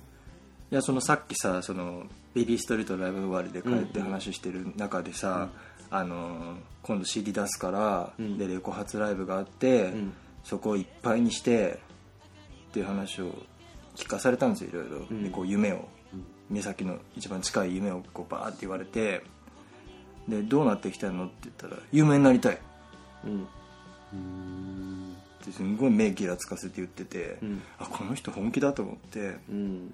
S1: いやそのさっきさそのベビーストリートライブ終わりで帰って話してる中でさ、あのー今度 CD 出すから、
S2: うん
S1: でレコ発ライブがあって、
S2: ん
S1: そこをいっぱいにしてっていう話を聞かされたんですよいろいろ、
S2: うん
S1: でこう夢を
S4: うん
S1: 目先の一番近い夢をこうバーって言われてでどうなっていきたいのって言ったら「有名になりたい」っ
S2: うん
S4: うん
S1: てすんごい目ギラつかせて言ってて、
S2: うん
S1: あこの人本気だと思って
S2: うん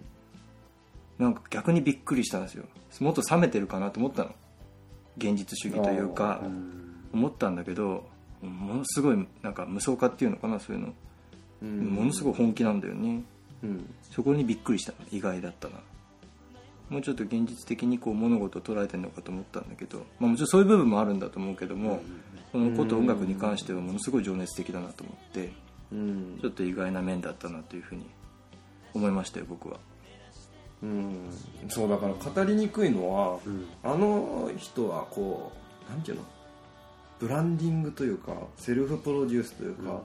S1: なんか逆にびっくりしたんですよもっと冷めてるかなと思ったの現実主義というか思ったんだけどものすごいなんか無双化っていうのかなそういうの、
S2: うん
S1: ものすごい本気なんだよね
S2: うん
S1: そこにびっくりした意外だったなもうちょっと現実的にこう物事を捉えてるのかと思ったんだけど、まあ、もちろんそういう部分もあるんだと思うけども、このこと音楽に関してはものすごい情熱的だなと思って
S2: うん
S1: ちょっと意外な面だったなというふうに思いましたよ僕は
S2: うんそうだから語りにくいのは
S4: うん
S2: あの人はこうなんていうのブランディングというかセルフプロデュースというか、
S4: うん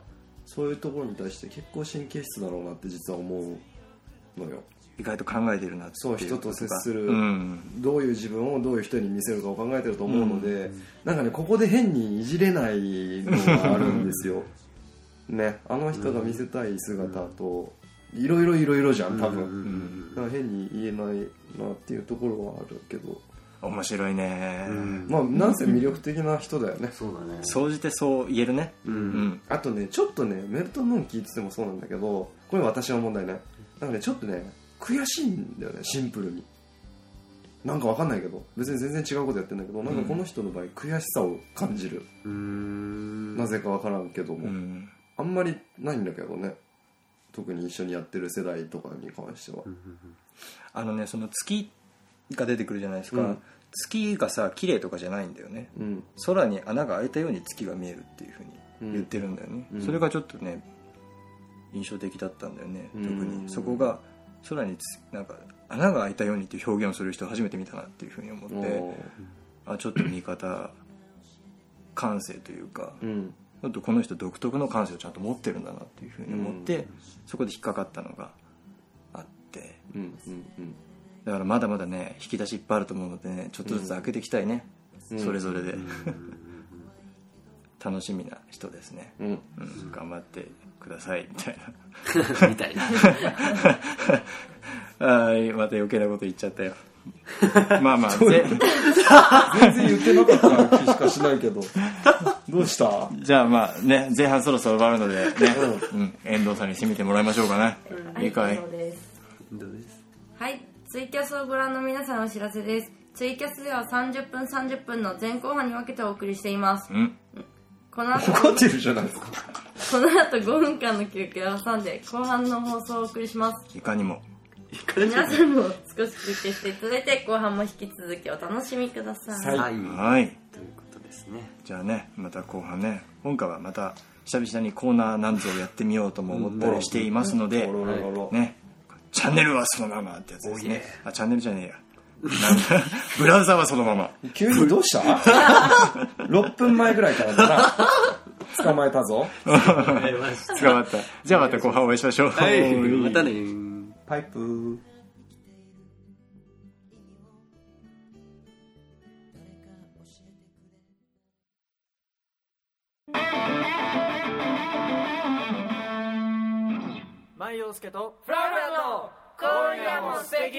S2: そういうところに対して結構神経質だろうなって実は思うのよ
S1: 意外と考えてるなってい
S2: そう人と接する
S1: うん
S2: どういう自分をどういう人に見せるかを考えてると思うので、
S4: ん
S2: なんかねここで変にいじれないのがあるんです よねあの人が見せたい姿といろいろいろいろじゃん多分、
S4: うんうん
S2: だから変に言えないなっていうところはあるけど
S1: 面白いね、
S4: うん
S2: まあなんせ魅力的な人だよね
S4: そうだね
S1: 総じてそう言えるね
S4: う
S1: うんん
S2: あとねちょっとねメルトムーン聞いててもそうなんだけどこれ私の問題ねなんかねちょっとね悔しいんだよねシンプルになんかわかんないけど別に全然違うことやってんだけどなんかこの人の場合悔しさを感じる、
S4: うん
S2: なぜかわからんけども、
S1: うん
S2: あんまりないんだけどね特に一緒にやってる世代とかに関しては
S4: うんうん
S1: あのねその月が出てくるじゃないですか、
S2: うん
S1: 月がさ綺麗とかじゃないんだよね
S2: うん
S1: 空に穴が開いたように月が見えるっていうふうに言ってるんだよね、
S2: うん
S1: それがちょっとね印象的だったんだよね、
S2: うん
S1: 特にそこが空につなんか穴が開いたようにっていう表現をする人初めて見たなっていうふうに思
S2: お
S1: って
S2: ー
S1: あちょっと見方感性というか
S2: うん
S1: ちょっとこの人独特の感性をちゃんと持ってるんだなっていうふうに思って、そこで引っかかったのがあって
S2: うんうんうん
S1: だからまだまだね引き出しいっぱいあると思うのでねちょっとずつ開けていきたいね、
S2: うん
S1: それぞれで、
S4: うん
S1: 楽しみな人ですね、
S2: うん
S1: うん、頑張ってくださいみたい
S4: みたいな
S1: な はいまた余計なこと言っちゃったよ まあ まあぜ
S2: 全然言ってなかった気しかしないけど どうした
S1: じゃあまあね前半そろそろ終わるのでね、うん、遠藤さんに締めてもらいましょうかね、いいかい
S3: そうです
S4: どうです
S3: はい、ツイキャスをご覧の皆さんお知らせです。ツイキャスでは30分30分の前後半に分けてお送りしています。
S1: うん
S3: こ の後、
S2: 怒ってるじゃないですか
S3: この後5分間の休憩を挟んで後半の放送をお送りします。
S1: いかにも
S3: 皆さんも少し休憩していただいて後半も引き続きお楽しみください。
S4: はい
S1: はい
S4: ということですね
S1: じゃあねまた後半ね今回はまた久々にコーナーなんぞをやってみようとも思ったりしていますので、
S2: おろろろろ
S1: ね、チャンネルはそのままってやつです
S4: おい
S1: ね
S4: え。
S1: あ、チャンネルじゃねえや。なんだ ブラウザはそのまま。
S2: 急にどうした ?6 分前ぐらいからだな捕まえたぞ
S4: はいまし
S1: 捕まった。じゃあまた後半お会いしましょう。
S4: た はいまたね
S2: パイプ
S6: 万葉介とフラフラの今夜も素敵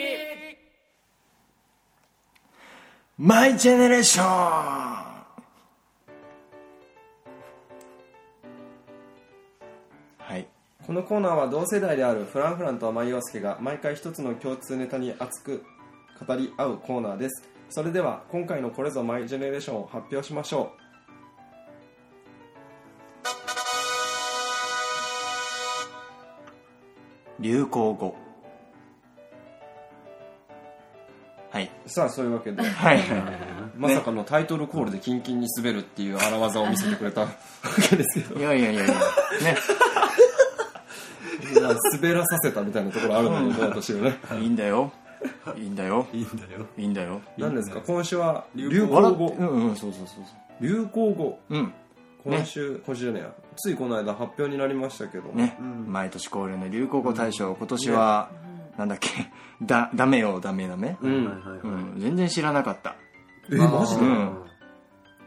S1: マイジェネレーションはい。
S2: このコーナーは同世代であるフランフランと天岩介が毎回一つの共通ネタに熱く語り合うコーナーですそれでは今回のこれぞマイジェネレーションを発表しましょ
S1: 流行語。はい。
S2: うさあそういうわけで
S1: はい。
S2: まさかのタイトルコールでキンキンに滑るっていう荒技を見せてくれたわけですけど
S1: いやいやいやいや。ね。
S2: まあ滑らさせたみたいなところあるんだけど私はね
S1: いいんだよ。いいんだよ。
S4: いいんだよ
S1: いいんだよ。
S2: 何ですか今週は流
S1: 流
S2: 行
S1: 行
S2: 語
S1: うんうん、そうそうそうそ
S2: 流行語
S1: う。うん。
S2: 今週、今週じゃねえやついこの間発表になりましたけど、
S1: ね、毎年恒例の流行語大賞、今年は、なんだっけ、 だ、ダメよ、ダメダメ。
S2: うん、
S4: はいはいは
S1: う
S4: い
S1: ん、全然知らなかった。
S2: えマジで、
S1: うん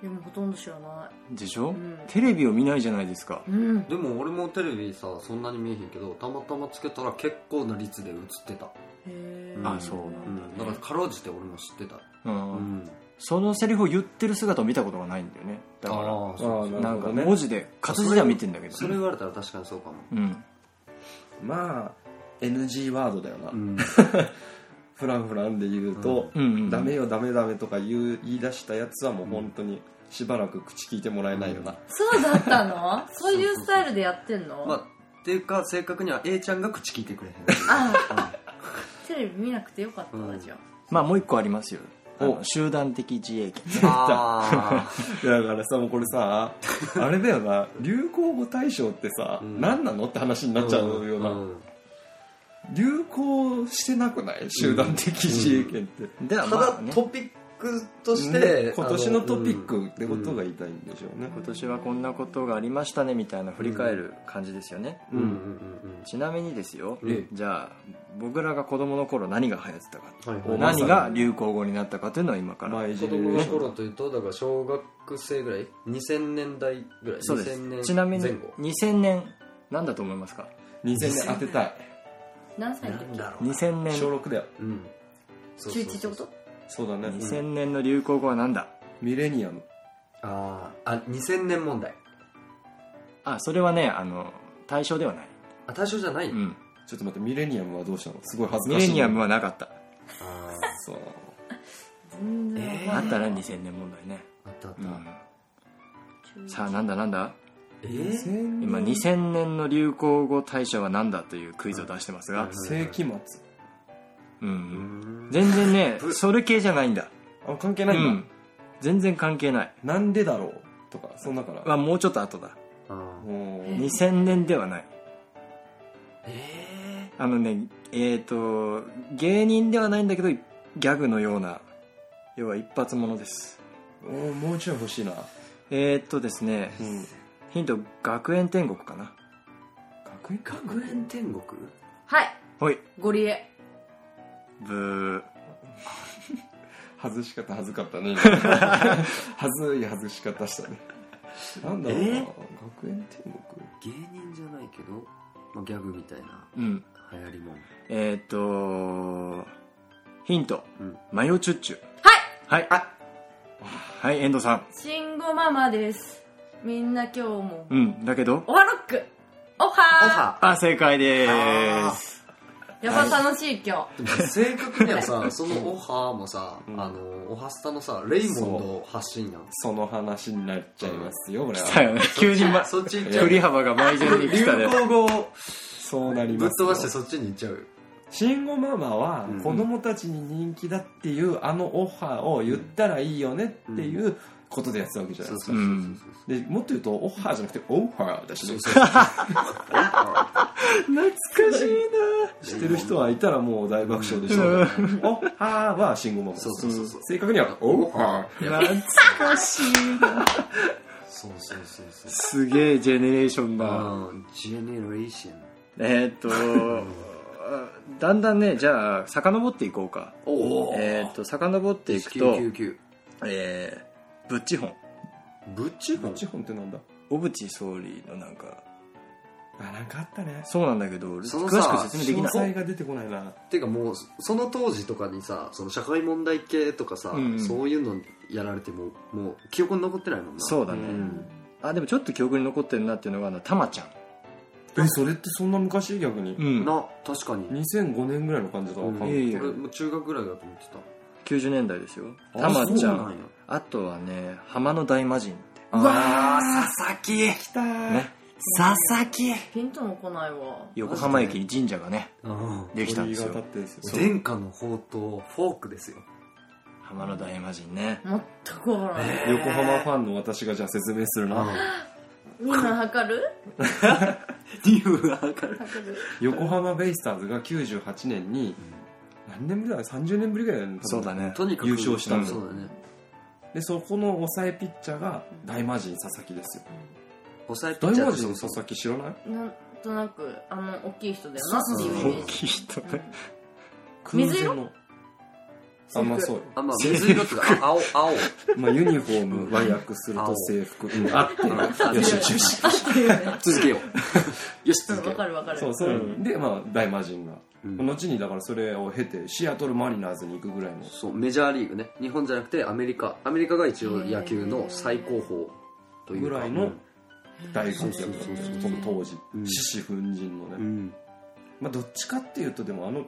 S3: でもほとんど知らな
S1: でしょ、
S3: ん
S1: テレビを見ないじゃないですか。
S3: いうん
S4: でも俺もテレビさそんなに見えへんけどたまたまつけたら結構な率で映ってた、
S3: へえ
S1: あ、そう
S4: う
S1: なんだ。
S4: ん、だからかろうじて俺も知ってた
S1: うん
S4: うん
S1: そのセリフを言ってる姿を見たことがないんだよね。だか
S4: ー
S2: あ
S4: そ
S2: あ
S4: う
S1: ら、な
S2: なる
S1: んか
S2: ほどね
S1: 文字で、活字では見てんだけど。
S4: それ言われたら確かにそうかも
S1: うん。
S2: まあ NG ワードだよな、
S4: うん
S2: フランフランで言うと、
S1: うんうんうん
S2: ダメよダメダメとか言う言い出したやつはもう本当にしばらく口聞いてもらえないよな、
S3: そうだったのそういうスタイルでやってんの
S4: まあっていうか正確には A ちゃんが口聞いてくれへ ん
S3: あテレビ見なくてよかったな、
S4: うん
S3: じゃあ
S1: まあ、もう一個ありますよ。あ
S2: お
S1: の集団的自衛権。
S4: あ
S2: だからさもうこれさあれだよな流行語大賞ってさ、
S4: うん
S2: 何なのって話に
S4: あ
S2: なっちゃうような、流行してなくない集団的自衛権って、
S1: では、
S4: ただ
S1: まあ、ね、
S4: トピックとし
S2: ね
S4: て
S2: 今年のトピッ
S4: あ
S2: クってことが言いたいんでしょうね、
S1: 今年はこんなことがありましたねみたいな振り返る感じですよね。
S4: のうんうん
S1: ちなみにですよ、
S4: ええ
S1: じゃあ僕らが子供の頃何が流行ってたか
S4: うんうんはい
S2: お
S4: はい
S2: ま
S1: 何が流行語になったかというのは今から、
S2: マイジ
S4: 子
S2: ェネ
S4: 供
S2: レー
S4: の
S2: ション
S4: 頃というとだから小学生ぐらい2000年代ぐらい
S1: そうです
S4: 2000年
S1: ちなみに
S4: 前後
S1: 2000年何だと思いますか
S2: 2000年当てたい
S3: 何歳の
S4: なん
S3: 時
S4: だろうな
S1: 2000年
S2: 小6だよ
S4: うんそう
S3: 中
S4: そう
S3: 1って
S4: そう
S3: こと
S2: そうだね
S1: 2000年の流行語は何だ
S2: ミレニアム
S4: あーあ2000年問題
S1: あそれはねあの対象ではない、
S4: あ対象じゃない、
S1: うん、
S2: ちょっと待ってミレニアムはどうしたのすごい恥ず
S1: ミ
S2: かし
S1: レ
S2: い
S1: ニアムはなかった
S4: あ
S2: そうなの
S3: 全然わ
S1: あ
S3: かんない
S1: ったら2000年問題ね、
S4: ーあったあった、
S1: うん、
S3: 中一
S1: さあなんだなんだ
S4: えー
S1: 今2000年の流行語大賞は何だというクイズを出してますが、
S2: 世紀末
S1: うん
S4: う
S1: うん
S4: ん
S1: 全然ねそれ系じゃないんだ、
S2: あ関係
S1: う
S2: ないんだ、
S1: ん、全然関係ない
S2: なんでだろうとかそんなから
S1: はもうちょっと後だ
S4: あー
S2: もう
S1: 2000年ではない
S4: え
S1: あのねえっ、と芸人ではないんだけどギャグのような要は一発ものです
S2: おーもうちょい欲しいな、
S1: えっ、とですね
S2: うん、
S1: ヒント学園天国かな
S2: 学園
S4: ー、学園天国
S3: はい
S1: ほい
S3: ゴリエ
S1: ブ
S2: 外し方恥ずかっ たね今恥ずい外し方したねなんだろうな、
S4: え
S2: 学園天国
S4: 芸人じゃないけど、まあ、ギャグみたいな
S1: ーうん
S4: 流行りもん
S1: えっ、とヒント、
S4: うん
S1: マヨチュッチュはいはいはい遠藤さん
S3: 慎吾ママですみんな今日も
S1: うんだけど
S3: オハロックオ
S4: オ
S3: ハ
S4: ハ
S1: あ正解です
S3: ーやば楽しい今
S4: でも正確に はさそのオハもさ、あのオハスタのさレイモンド発信やん
S2: その話になっちゃいますよ俺
S1: だ
S2: は
S1: よね急に、ま、
S4: そっち行っちゃう
S1: 振り幅がマイジェンに来たで
S4: 流行語を
S2: そうなり
S4: ぶっ
S2: ます
S4: 飛
S2: よ
S4: ばしてそっちに行っちゃうよ
S2: 慎吾ママは
S4: うん
S2: 子供たちに人気だっていうあのオファーを言ったらいいよねっていうことでやってたわけじゃない
S4: そう
S2: です
S4: そ
S2: か
S4: うそうそう
S1: うん
S2: でもっと言うとオファーじゃなくてオファーだし
S4: そう
S2: 懐
S4: そうそう
S2: かしいな知ってる人はいたらもう大爆笑でしょうけどねオファーは慎吾ママです
S4: そうそうそうそう
S2: 正確にはオファー
S1: 懐かしいな
S4: そうそうそうそう
S1: すげえジェネレーションだ
S4: あージェネレーション
S1: えーっとあだんだんねじゃあ遡っていこうか
S4: おお
S1: えーっと遡っていくと
S4: 1999
S1: えーブッチホン
S4: ブッチ
S2: ブ
S4: ホ
S2: ッ
S4: ン
S2: チホンってなんだ
S1: 小渕総理のなんか
S2: あなんかあったね
S1: そうなんだけど詳
S4: そのさ
S1: しく説明で
S2: 詳
S1: きない
S2: 細が出てこないな
S4: ていうかもうその当時とかにさその社会問題系とかさ、
S1: うん
S4: そういうのやられてももう記憶に残ってないもんな
S1: そうだね、
S4: ん
S1: あでもちょっと記憶に残ってるなっていうのがあのたまちゃん
S2: えそれってそんな昔逆に
S1: うん
S4: な確かに、
S2: 2005年ぐらいの感じだわ
S4: うん
S2: かん
S1: いえいえ
S4: 俺もう中学ぐらいだと思ってた
S1: 90年代ですよ
S2: あ
S1: たまちゃ
S4: そうなんんや
S1: あとはね浜の大魔神って
S2: うわ
S1: 佐々木
S2: ー来たー
S1: ね佐々木
S3: ピンとも来ないわ
S1: 横浜駅に神社がねできたんです
S2: 鳥居
S1: よ
S2: が立ってるんですよ
S4: そう殿下の宝刀フォークですよ
S1: 浜の大魔神ね
S3: 全くわからない
S2: 横浜ファンの私がじゃあ説明するな
S3: みんな測る
S4: 理由が分かる
S3: 測る
S2: 横浜ベイスターズが98年に何年ぶりだ30年ぶりぐらいだよね多分
S1: そうだね
S4: とにかく
S2: 優勝したんだよ
S4: そうだね
S2: でそこの抑えピッチャーが大魔神佐々木ですよ
S4: 抑えピ
S2: 大
S4: ッチャー
S2: 魔
S4: として
S2: 神
S4: も
S2: 佐々木知らない
S3: なんとなくあの大きい人だよなっていうイメ
S1: 大
S3: ージ
S1: きい人ね
S2: 空
S3: 水
S2: 前
S3: 色
S2: のあまあそうよ
S4: あまあ水色とかあ青青
S2: まあユニフォーム和訳すると制服うんあって
S4: うん
S2: よしよしよし
S3: あっていうね
S4: 続けようよし
S3: う
S4: 続
S3: んわ
S4: けよ
S3: かるわかる
S2: そうそう、でまあ大魔神が、
S4: うん
S2: 後にだからそれを経てシアトルマリナーズに行くぐらいの
S4: うそうメジャーリーグね日本じゃなくてアメリカアメリカが一応野球の最高峰という
S2: ぐ
S4: か
S2: らいの大活躍
S4: そうそうそうそう
S2: その当時
S4: うん
S2: 獅子奮陣のね、
S4: うん
S2: まあ、どっちかっていうとでもあの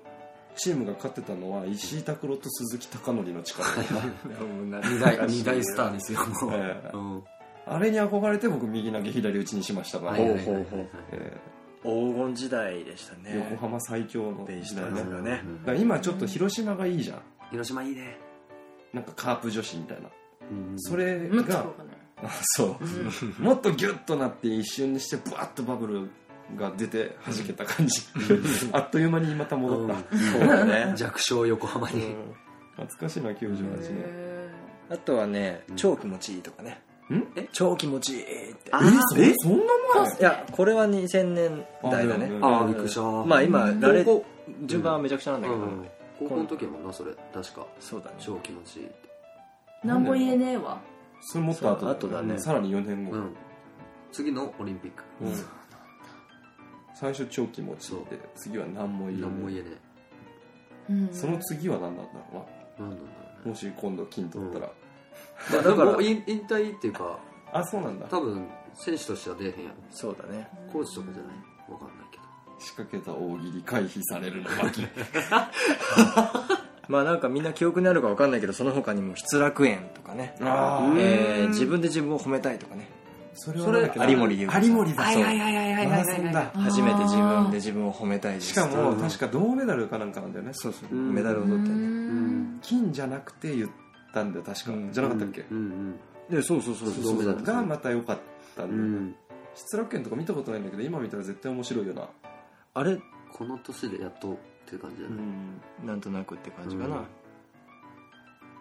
S2: チームが勝ってたのは石井拓郎と鈴木貴則の力
S4: 二大二大スターですよもう
S2: ええ
S4: うん
S2: あれに憧れて僕右投げ左打ちにしましたから、
S4: はいはいはい
S1: ほうほうほ
S2: え
S1: 黄金時代でしたね
S2: ー横浜最強の
S1: ベイス
S2: 時
S1: タ
S2: 代
S1: ーズ
S2: ねだか
S1: がね
S4: うん
S2: ら今ちょっと広島がいいじゃん
S4: 広島いいね
S2: なんかカープ女子みたいな
S4: うん
S2: それ
S3: むっちゃ
S2: が
S3: わかんない
S2: あそうもっとギュッとなって一瞬にしてブワッとバブルが出て弾けた感じあっという間にまた戻った、
S1: そうだね
S4: 弱小横浜
S2: う
S4: に
S2: ん懐かしいな98年
S3: へ
S1: あとはね超気持ちいいとかね
S2: ん
S1: え超気持ちいいって
S4: あ
S2: えそんなもん
S1: いやこれは2000年代だね
S2: あ
S4: ああびっくりした
S1: まあ今羅列
S4: 高校
S1: 順番はめちゃくちゃなんだけど、
S4: うん高校の時やもんなそれ確か
S1: そうだね
S4: 超気持ちいいって
S3: ーなんも言えねえわ
S2: それもっと後
S1: そう後だね
S2: さらに4年後、
S4: うん次のオリンピック
S2: うん最初超気持ちいいって
S4: そ
S2: 次は何も言えない
S4: 何も言えね
S3: うん
S2: その次は何なんだろ
S4: えなんなんだ
S2: うなもし今度金取ったら、
S4: ろう
S1: だ
S4: ねだ
S1: か
S4: からら引引退っていうか
S2: あそうなんだ
S4: 多分選手としては出えへんやろ
S1: そうだね
S4: コーチとかじゃないわかんないけど
S2: 仕掛けた大喜利回避されるの巻き
S1: まあなんかみんな記憶にあるか分かんないけどその他にも失楽園とかね、
S2: あ
S4: うん
S1: えー自分で自分を褒めたいとかね
S2: それはなんだっけな
S1: それ有森裕子さん
S2: 有森だそう
S4: はいはい
S2: マラソンだ
S1: 初めて自分で自分を褒めたいです
S2: しかも確か銅メダルかなんかなんだよね
S1: そうそう
S4: うん
S1: メダルを取ってね
S4: うん
S2: 金じゃなくて言ったんだよ確か、
S1: うん
S2: じゃなかったっけ、
S4: うん
S1: でそうそうそう
S4: 銅メダル
S2: がまた良かったん
S4: う
S2: だよね、
S4: ん
S2: 失楽園とか見たことないんだけど今見たら絶対面白いよな、
S1: あれ
S4: この年でやっとって感じだね
S1: なんとなくって感じかな、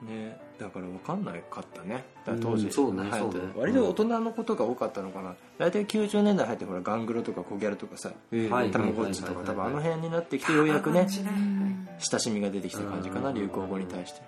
S1: ねだから分かんないかったねだから当時、
S4: うんそうね
S1: 流行って
S4: そうね
S1: 割と大人のことが多かったのかな大体90年代入ってほらガングロとかコギャルとかさ
S2: ええ
S4: はい
S1: タマゴッチとか
S4: はい
S1: 多分あの辺になってきてようやくね親しみが出てきた感じかな
S4: うん
S1: 流行語に対して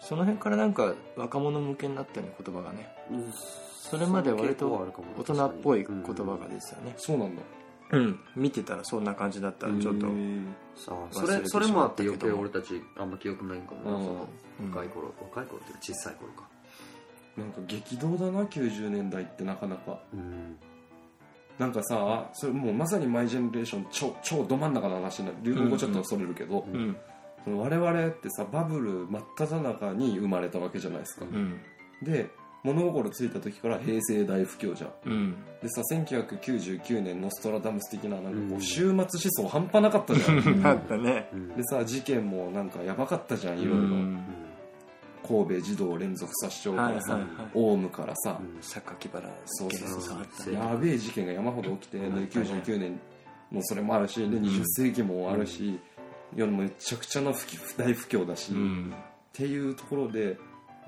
S1: その辺からなんか若者向けになったよね言葉がね
S4: うん
S1: それまで割
S4: その傾向はあ
S1: と
S4: るかも
S1: 大人っぽい言葉が出てたよね
S2: そうなんだ
S1: うん見てたらそんな感じだったらちょっと
S2: え
S1: うん
S2: え
S4: さあ
S1: 忘
S4: そ
S1: れ
S4: れ
S1: て
S4: それもあって
S1: しま
S4: 余
S1: ったけど
S4: 計俺たちあんま記憶ないんかもな、
S2: うん
S4: その若い頃若い頃っていうか小さい頃か
S2: なんか激動だな90年代ってなかなか
S4: うん
S2: なんかさそれもうまさにマイジェネレーション超超ど真ん中の話になる流行語ちょっとそれるけど、
S4: うん
S1: うん
S2: その我々ってさバブル真っ只中に生まれたわけじゃないですか、
S1: うん
S2: で物心ついた時から平成大不況じゃん
S1: うん
S2: でさ1999年ノストラダムス的ななんか
S4: う
S2: こ
S4: ん
S2: う週末思想半端なかったじゃん
S1: あったね
S4: うん
S2: でさ事件もなんかやばかったじゃんいろいろ
S1: うん
S2: 神戸児童連続殺傷からさ、
S1: はいはいはい
S2: オウムからさ、
S4: うん
S1: 榊原
S2: そうそう
S4: そう
S1: さあったね
S4: うん
S2: やべえ事件が山ほど起きて、で99年もそれもあるしで20世紀もあるし、世のめちゃくちゃな不況大不況だし、
S1: う
S2: っ
S1: ん
S2: ていうところで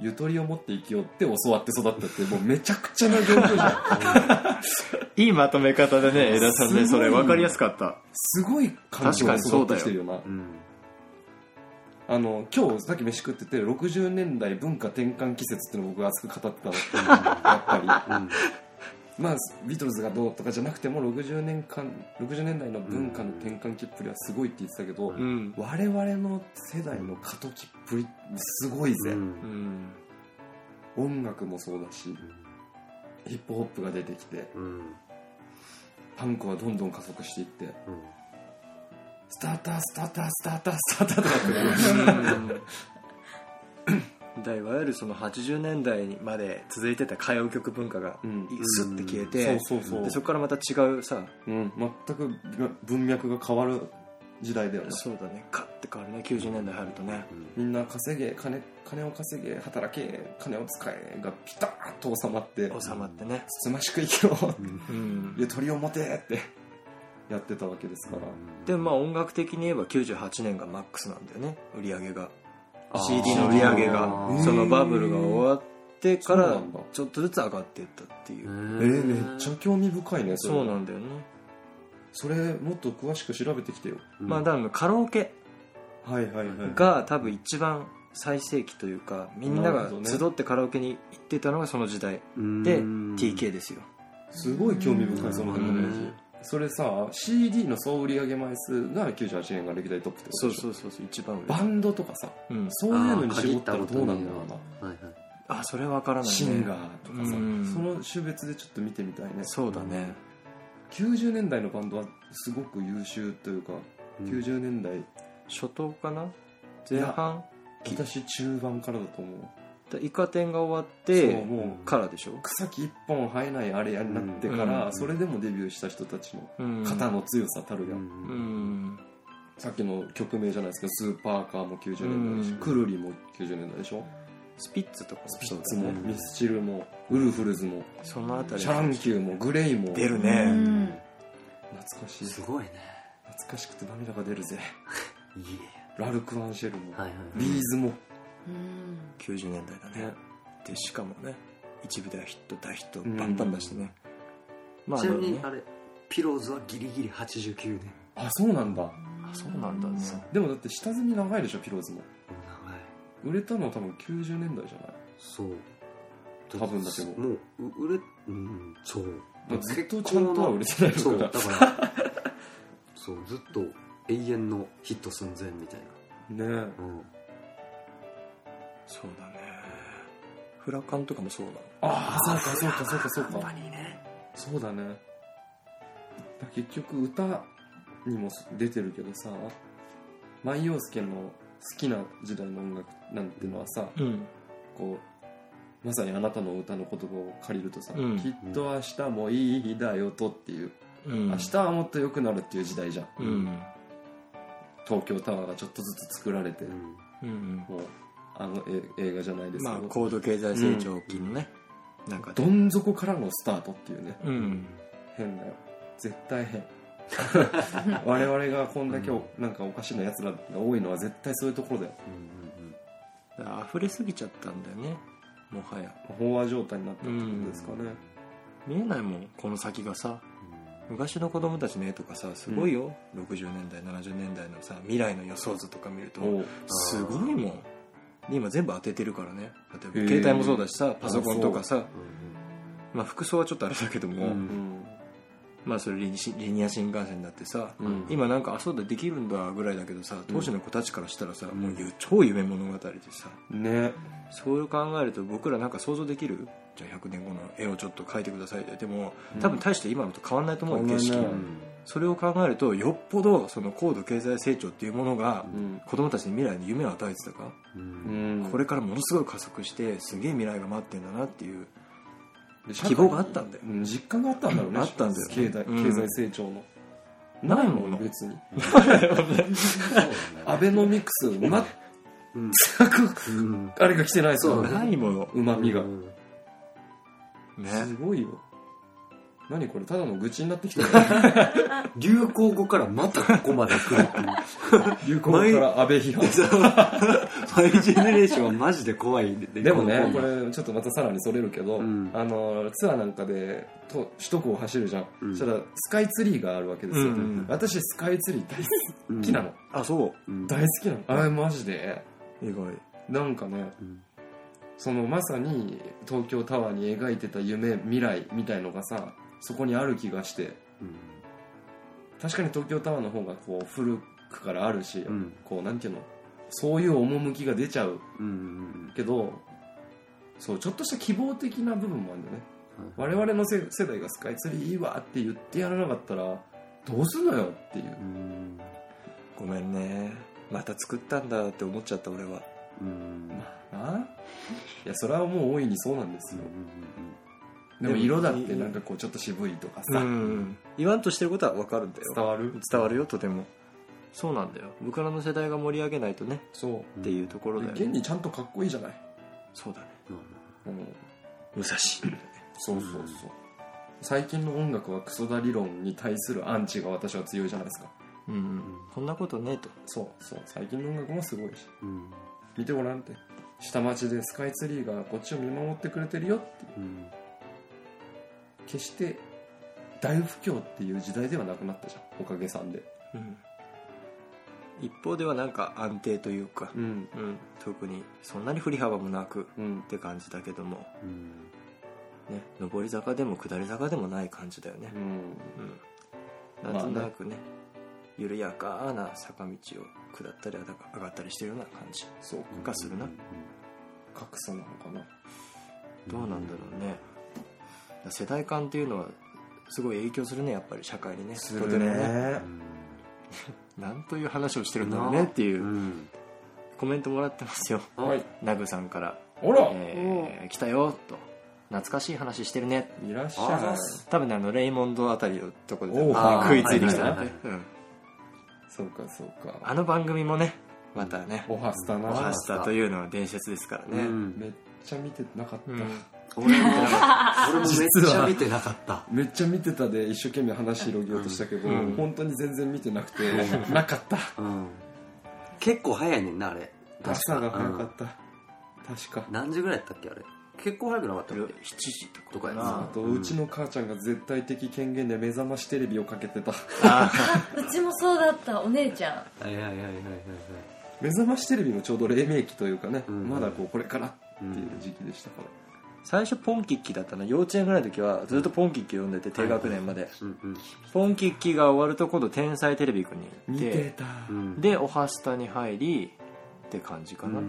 S2: ゆとりを持って生きようって教わって育ったってもうめちゃくちゃな状況じゃ ん
S1: いいまとめ方だね江田さんね
S2: す
S1: そ
S2: ごい
S1: れ分かりやすかった
S2: すごい環境が育ってきてるよな
S4: うん
S2: あの今日さっき飯食ってて60年代文化転換季節っていうのを僕が熱く 語ってたのやっぱり
S4: うん
S2: まあビートルズがどうとかじゃなくても60年間60年代の文化の転換期っぷりはすごいって言ってたけど、
S1: うん
S2: 我々の世代の過渡期っぷりすごいぜ、
S4: うん
S1: うん
S2: 音楽もそうだしヒップホップが出てきて
S4: うん
S2: パンクはどんどん加速していって
S4: うん
S2: スタータースタータースタータースターターとかってね
S1: だいわゆるその80年代まで続いてた歌謡曲文化が
S2: うん
S1: スッて消えて、
S2: そうそうそう
S1: でそこからまた違うさ
S2: うん、全く文脈が変わる時代だよね
S1: そうだねカッて変わるね90年代入るとね
S2: みんな稼げ金金を稼げ働け金を使えがピタッと収まって
S1: 収まってね
S2: つつましく生きろ
S1: うん
S2: ゆとりを持てってやってたわけですから、
S1: でもまあ音楽的に言えば98年がマックスなんだよね売り上げが
S4: あー
S1: CD の売り上げが
S4: うん
S1: そのバブルが終わってか
S2: そう
S1: ら
S2: なんだ
S1: ちょっとずつ上がっていったっていう、
S2: えー、めっちゃ興味深いねそれ
S1: そうなんだよね、
S2: それもっと詳しく調べてきてよ
S4: うん
S1: まあだからカラオケ
S2: はいはいはい
S1: が多分一番最盛期というかみんな
S2: な
S1: が
S2: るほど
S1: 集
S2: ね
S1: ってカラオケに行ってたのがその時代
S4: うん
S1: で
S4: うん
S1: TK ですよ
S2: すごい興味深いその
S1: う
S2: テクノロジー
S1: ん
S2: それさ CD の総売上枚数が98年が歴代トップってこと
S1: そう
S2: でしょ
S1: そうそうそう一番上
S2: バンドとかさ
S1: うん、
S2: そういうのに絞ったらどうなんだろうな
S4: はいはい
S1: あそれは分からないね
S2: シンガーとかさ、
S1: うん
S2: その種別でちょっと見てみたいね
S1: そうだね
S2: 90年代のバンドはすごく優秀というか、
S4: うん
S2: 90年代
S1: 初頭かな前半
S2: 私中盤からだと思う
S1: だイカ天が終わっ
S2: そう
S1: て
S2: もう
S1: からでしょ
S2: 草木一本生えないあれになってから、
S1: うん
S2: それでもデビューした人たちの
S1: うん
S2: 肩の強さたるや、
S1: うんん
S2: さっきの曲名じゃないですけどスーパーカーも90年代だし、
S1: うん
S2: クルリも90年代でしょ
S1: スピッツとかも
S2: スピ
S1: そう
S2: ッ
S1: だ
S2: ツ
S1: ね
S2: も、ミスチルもウルフルズも
S1: そのあたり
S2: シャランキューもグレイも
S1: 出る
S3: う
S1: ね
S3: ん
S2: 懐かしい
S4: すごいね
S2: 懐かしくて涙が出るぜ
S4: いい
S2: ラルク・アンシェルも、
S4: はいはい
S2: ビーズも、
S3: うん
S1: 90年代だね
S2: ね
S1: でしかもね一部ではヒット大ヒット
S2: うん
S1: バンバン出してね、まあ
S4: ちなみに
S1: で
S4: あ
S1: もね
S4: れピローズはギリギリ89年
S2: あそうなんだ
S1: あそうなんだね
S2: でもだって下積み長いでしょピローズも
S4: 長い
S2: 売れたのは多分90年代じゃない
S4: そう
S2: 多分だけど
S4: もうう売れうんそう
S2: まあずっとちゃんとは売れてないのか
S4: そう
S2: ら
S4: だからそうずっと永遠のヒット寸前みたい
S2: ねえ
S4: なうん
S1: そうだねフラカンとかもそうなの
S2: ああそうかそうかそうかそう
S4: パ
S2: か
S4: ニーね
S2: そうだねだから結局歌にも出てるけどさ万葉介の好きな時代の音楽なんてのはさ、
S1: うん
S2: こうまさにあなたの歌の言葉を借りるとさ、
S1: うん
S2: きっと明日もいい日だよとっていう、
S1: うん
S2: 明日はもっと良くなるっていう時代じゃん、
S1: うん
S2: 東京タワーがちょっとずつ作られて、
S4: うん
S1: うん
S2: もうあのえ映画じゃないですけ
S1: まあ
S2: ど、
S1: 高度経済成長期のね、なんか
S2: どん底からのスタートっていうね
S1: うん
S2: 変だよ絶対 変我々がこんだけおなんかおかしなやつらが多いのは絶対そういうところだよ
S4: うん
S1: だから溢れすぎちゃったんだよねもはや
S2: 飽和状態になったってことですかね、
S1: 見えないもんこの先がさ昔の子供たちの絵とかさすごいよ、60年代70年代のさ未来の予想図とか見ると
S2: おう
S1: すごいもんで今全部当ててるからね例え
S2: へー
S1: ば携帯もそうだしさパソコンとかさ
S4: うん
S1: まあ、服装はちょっとあれだけども、
S4: うん
S2: うん
S1: まあそれリニシリニア新幹線だってさ、
S2: うん
S1: 今なんかあそうだできるんだぐらいだけどさ当時の子たちからしたらさ、もうゆ超夢物語でさ
S2: ね
S1: そう考えると僕らなんか想像できるじゃあ100年後の絵をちょっと描いてくださいってでも多分大して今のと変わんないと思うよ、
S2: 変わん
S1: 景
S2: ないね
S1: 色、
S2: うん
S1: それを考えるとよっぽどその高度経済成長っていうものが
S2: うん
S1: 子供たちに未来に夢を与えてたか、
S2: うん
S1: これからものすごい加速してすげえ未来が待ってんだなっていう
S2: で社会
S1: 希望があったんだよ、
S2: うん実感があったんだろうね
S1: あったんだよね
S2: 経済
S1: うん
S2: 経済成長の、
S1: ないもの
S2: 別に
S4: そうだ
S2: ア
S4: ね
S2: ベノミクス全
S4: うん
S2: く
S4: うん
S2: あれが来てないです
S4: そう
S2: よ
S4: だね
S1: ないもの
S2: うまみが、
S4: うん
S1: ね
S2: すごいよ何これただの愚痴になってきた よ
S4: 流行語からまたここまで来るっていう
S2: 流行から安倍批判
S4: マイジェネレーションはマジで怖いんで
S2: でもねこ
S4: この
S2: れちょっとまたさらにそれるけど、
S4: うん
S2: あのツアーなんかでと首都高を走るじゃん、
S4: うん
S2: そしたらスカイツリーがあるわけですよ、
S1: うんうん
S2: 私スカイツリー大
S4: 本
S2: 好きなの、
S1: あそう
S4: うん
S2: 大好きなのあれマジで
S1: 意外
S2: なんかね
S4: うん
S2: そのまさに東京タワーに描いてた夢未来みたいのがさそこにある気がして確かに東京タワーの方がこう古くからあるし、
S4: うん
S2: こうなんていうのそういう趣が出ちゃう
S4: うんうん
S2: けどそうちょっとした希望的な部分もあるんだよね
S4: うん
S2: 我々の世世代がスカイツリーいいわって言ってやらなかったらどうすんのよっていう
S4: うん
S1: ごめんねまた作ったんだって思っちゃった俺は
S4: うん
S2: あいやそれはもう大いにそうなんですよ、でも色だってなんかこうちょっと渋いとかさ、
S1: うん言わんとしてることは分かるんだよ
S2: 伝わる
S1: 伝わるよとてもそうなんだよ僕らの世代が盛り上げないとね
S2: そう
S1: っていうところだよ
S2: 現
S1: ね
S2: にちゃんとかっこいいじゃない、
S1: そうだね
S2: うん、
S1: 武蔵
S2: そうそうそう最近の音楽はクソだ理論に対するアンチが私は強いじゃないですか
S1: うん、こんなことねと
S2: そうそう最近の音楽もすごいし
S4: うん
S2: 見てごらんって下町でスカイツリーがこっちを見守ってくれてるよって
S4: うん
S2: 決して大不況っていう時代ではなくなったじゃんおかげさんで
S1: 一方ではなんか安定というか、
S2: ん
S1: うん特にそんなに振り幅もなく
S2: うん
S1: って感じだけども
S4: うん
S1: ね上り坂でも下り坂でもない感じだよね
S2: う
S1: う
S2: ん
S1: ん
S2: まあ
S1: な
S2: ね
S1: んとなくね緩やかな坂道を下ったり上がったりしてるような感じ
S2: そう
S1: がするな
S2: 格差なのかな
S1: どうなんだろうねだから世代間っていうのはすごい影響するねやっぱり社会にねとてもなんという話をしてるんだろうねっていううんコメントもらってますよ
S2: はい
S1: ナグさんから
S2: あら、
S1: えー来たよ」と「懐かしい話してるね
S2: いらっし
S4: あ
S2: ゃ
S4: ざ
S2: い
S4: っす」
S1: 多分ねあのレイモンドあたりのとこで、
S2: おう
S1: あー
S4: あ
S1: 食
S4: ー
S1: いついてきた
S4: はいはい
S1: ね
S4: はい
S1: うん
S2: そうかそう
S1: あ
S2: か
S1: の番組もねまたね
S2: おはスタ
S1: オハ
S2: な
S1: スタというのは伝説ですから
S4: う
S1: ね
S4: ん
S2: めっちゃ見てなかった、
S1: うん
S4: 俺も俺もめっちゃ見てなかった
S2: めっちゃ見てたで一生懸命話広げようとしたけど、
S1: うん
S2: 本当に全然見てなくて、なかった
S4: うん結構早いねんなあれ
S2: 朝が早かった、確か
S4: 何時ぐらいやったっけあれ結構早くなかったっ
S1: 夜
S4: け
S1: 7時と
S4: と
S1: か
S4: か
S1: か
S4: や
S1: な
S4: な
S2: あとうちの母ちゃんが絶対的権限で目覚ましテレビをかけてた
S3: うちもそうだったお姉ちゃん
S4: はいはいはいはいはいはい
S2: 目覚ましテレビもちょうど黎明期というかね、
S4: うん
S2: まだこうこれからっていう時期でしたから、
S1: 最初ポンキッキだったの幼稚園ぐらいの時はずっとポンキッキ読んでて低学年まで
S4: うんうん
S1: ポンキッキが終わると今度天才テレビくんに行
S2: 見
S1: って
S2: た、
S4: うん
S1: でオハスタに入りって感じか
S4: うんう
S1: な、
S4: んう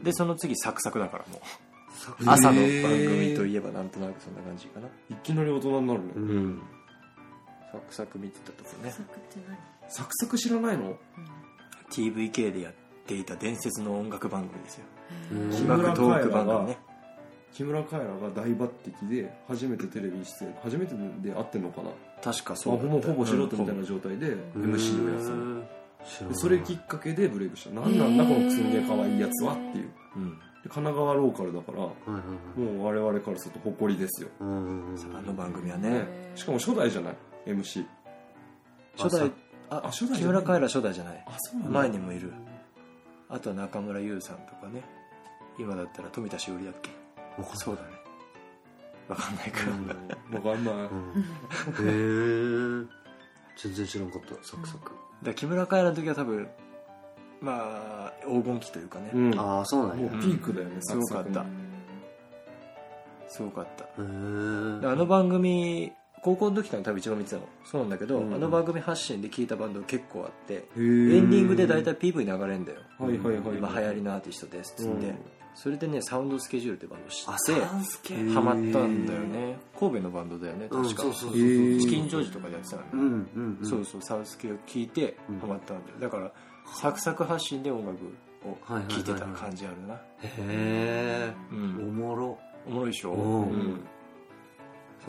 S4: ん
S1: でその次サクサクだからもう
S2: へー
S1: 朝の番組といえばなんとなくそんな感じかな、
S2: いきなり大人になるね、
S4: うん
S1: サクサク見てたとこね
S3: 作って何
S2: サクサク知らないの
S1: TVK でやっていた伝説の音楽番組ですよ
S4: うん
S1: 字幕トーク番組ね
S2: 木村カエラが大抜擢で初めてテレビ出演初めてで会ってんのかな
S1: 確か
S2: ま
S1: そ
S2: あ
S1: うだ
S2: ほ
S1: った
S2: ぼほぼ素人みたい
S1: うん
S2: な状態で
S4: うん
S2: MC をやってたの
S4: 知らな
S2: で
S4: い
S2: それきっかけでブレイクしたなんなんだこのくすんげえ可愛いやつはっていう
S1: うん
S2: で神奈川ローカルだからも
S4: はいはいう
S2: 我々からすると誇りですよ、
S4: はいうんうんうん
S1: あの番組は
S2: ね
S1: ね、
S2: しかも初代じゃない MC
S1: 初代あ
S2: あ初
S1: 木
S2: 代じゃな
S1: 村
S2: い
S1: カエラ初代じゃない
S2: あそうなんだ
S1: 前にもいるあとは中村優さんとかね今だったら富田しおりだっけ
S4: わかんない
S1: そうだねわかんないか
S4: う
S1: ら、
S4: ん
S2: わかんない
S4: うんへえ全然知らんかったサクサク
S1: だから木村カエラの時は多分まあ黄金期というかね、
S2: うんも
S4: ああそうなん
S2: う
S4: や
S2: ピークだよね、
S1: すごかった
S2: サクサク
S1: すごかったで
S4: へ
S1: あの番組高校の時から多分一番見てたのそうなんだけど、
S2: うん
S1: あの番組発信で聴いたバンド結構あってエ
S2: へー
S1: ンディングで大体 PV 流れんだよ
S2: はいはいはいはい
S1: 今流行りのアーティストですっつって、
S2: うん
S1: それでねサウンドスケジュールってバンドを知
S4: あ
S1: って
S4: サンスケ
S1: ハマったんだよね神戸のバンドだよね
S4: うん
S1: 確か、
S4: そうそうそうそう
S1: チキンジョージとかでやってたのね、
S4: うんうんうん
S1: そうそうサウス系を聞いて
S4: うん
S1: ハマったんだよだからサクサク発信で音楽を聴いてた感じあるな、
S4: へえお
S1: うん
S4: もろ
S1: おもろいでしょ、
S4: うん
S1: うん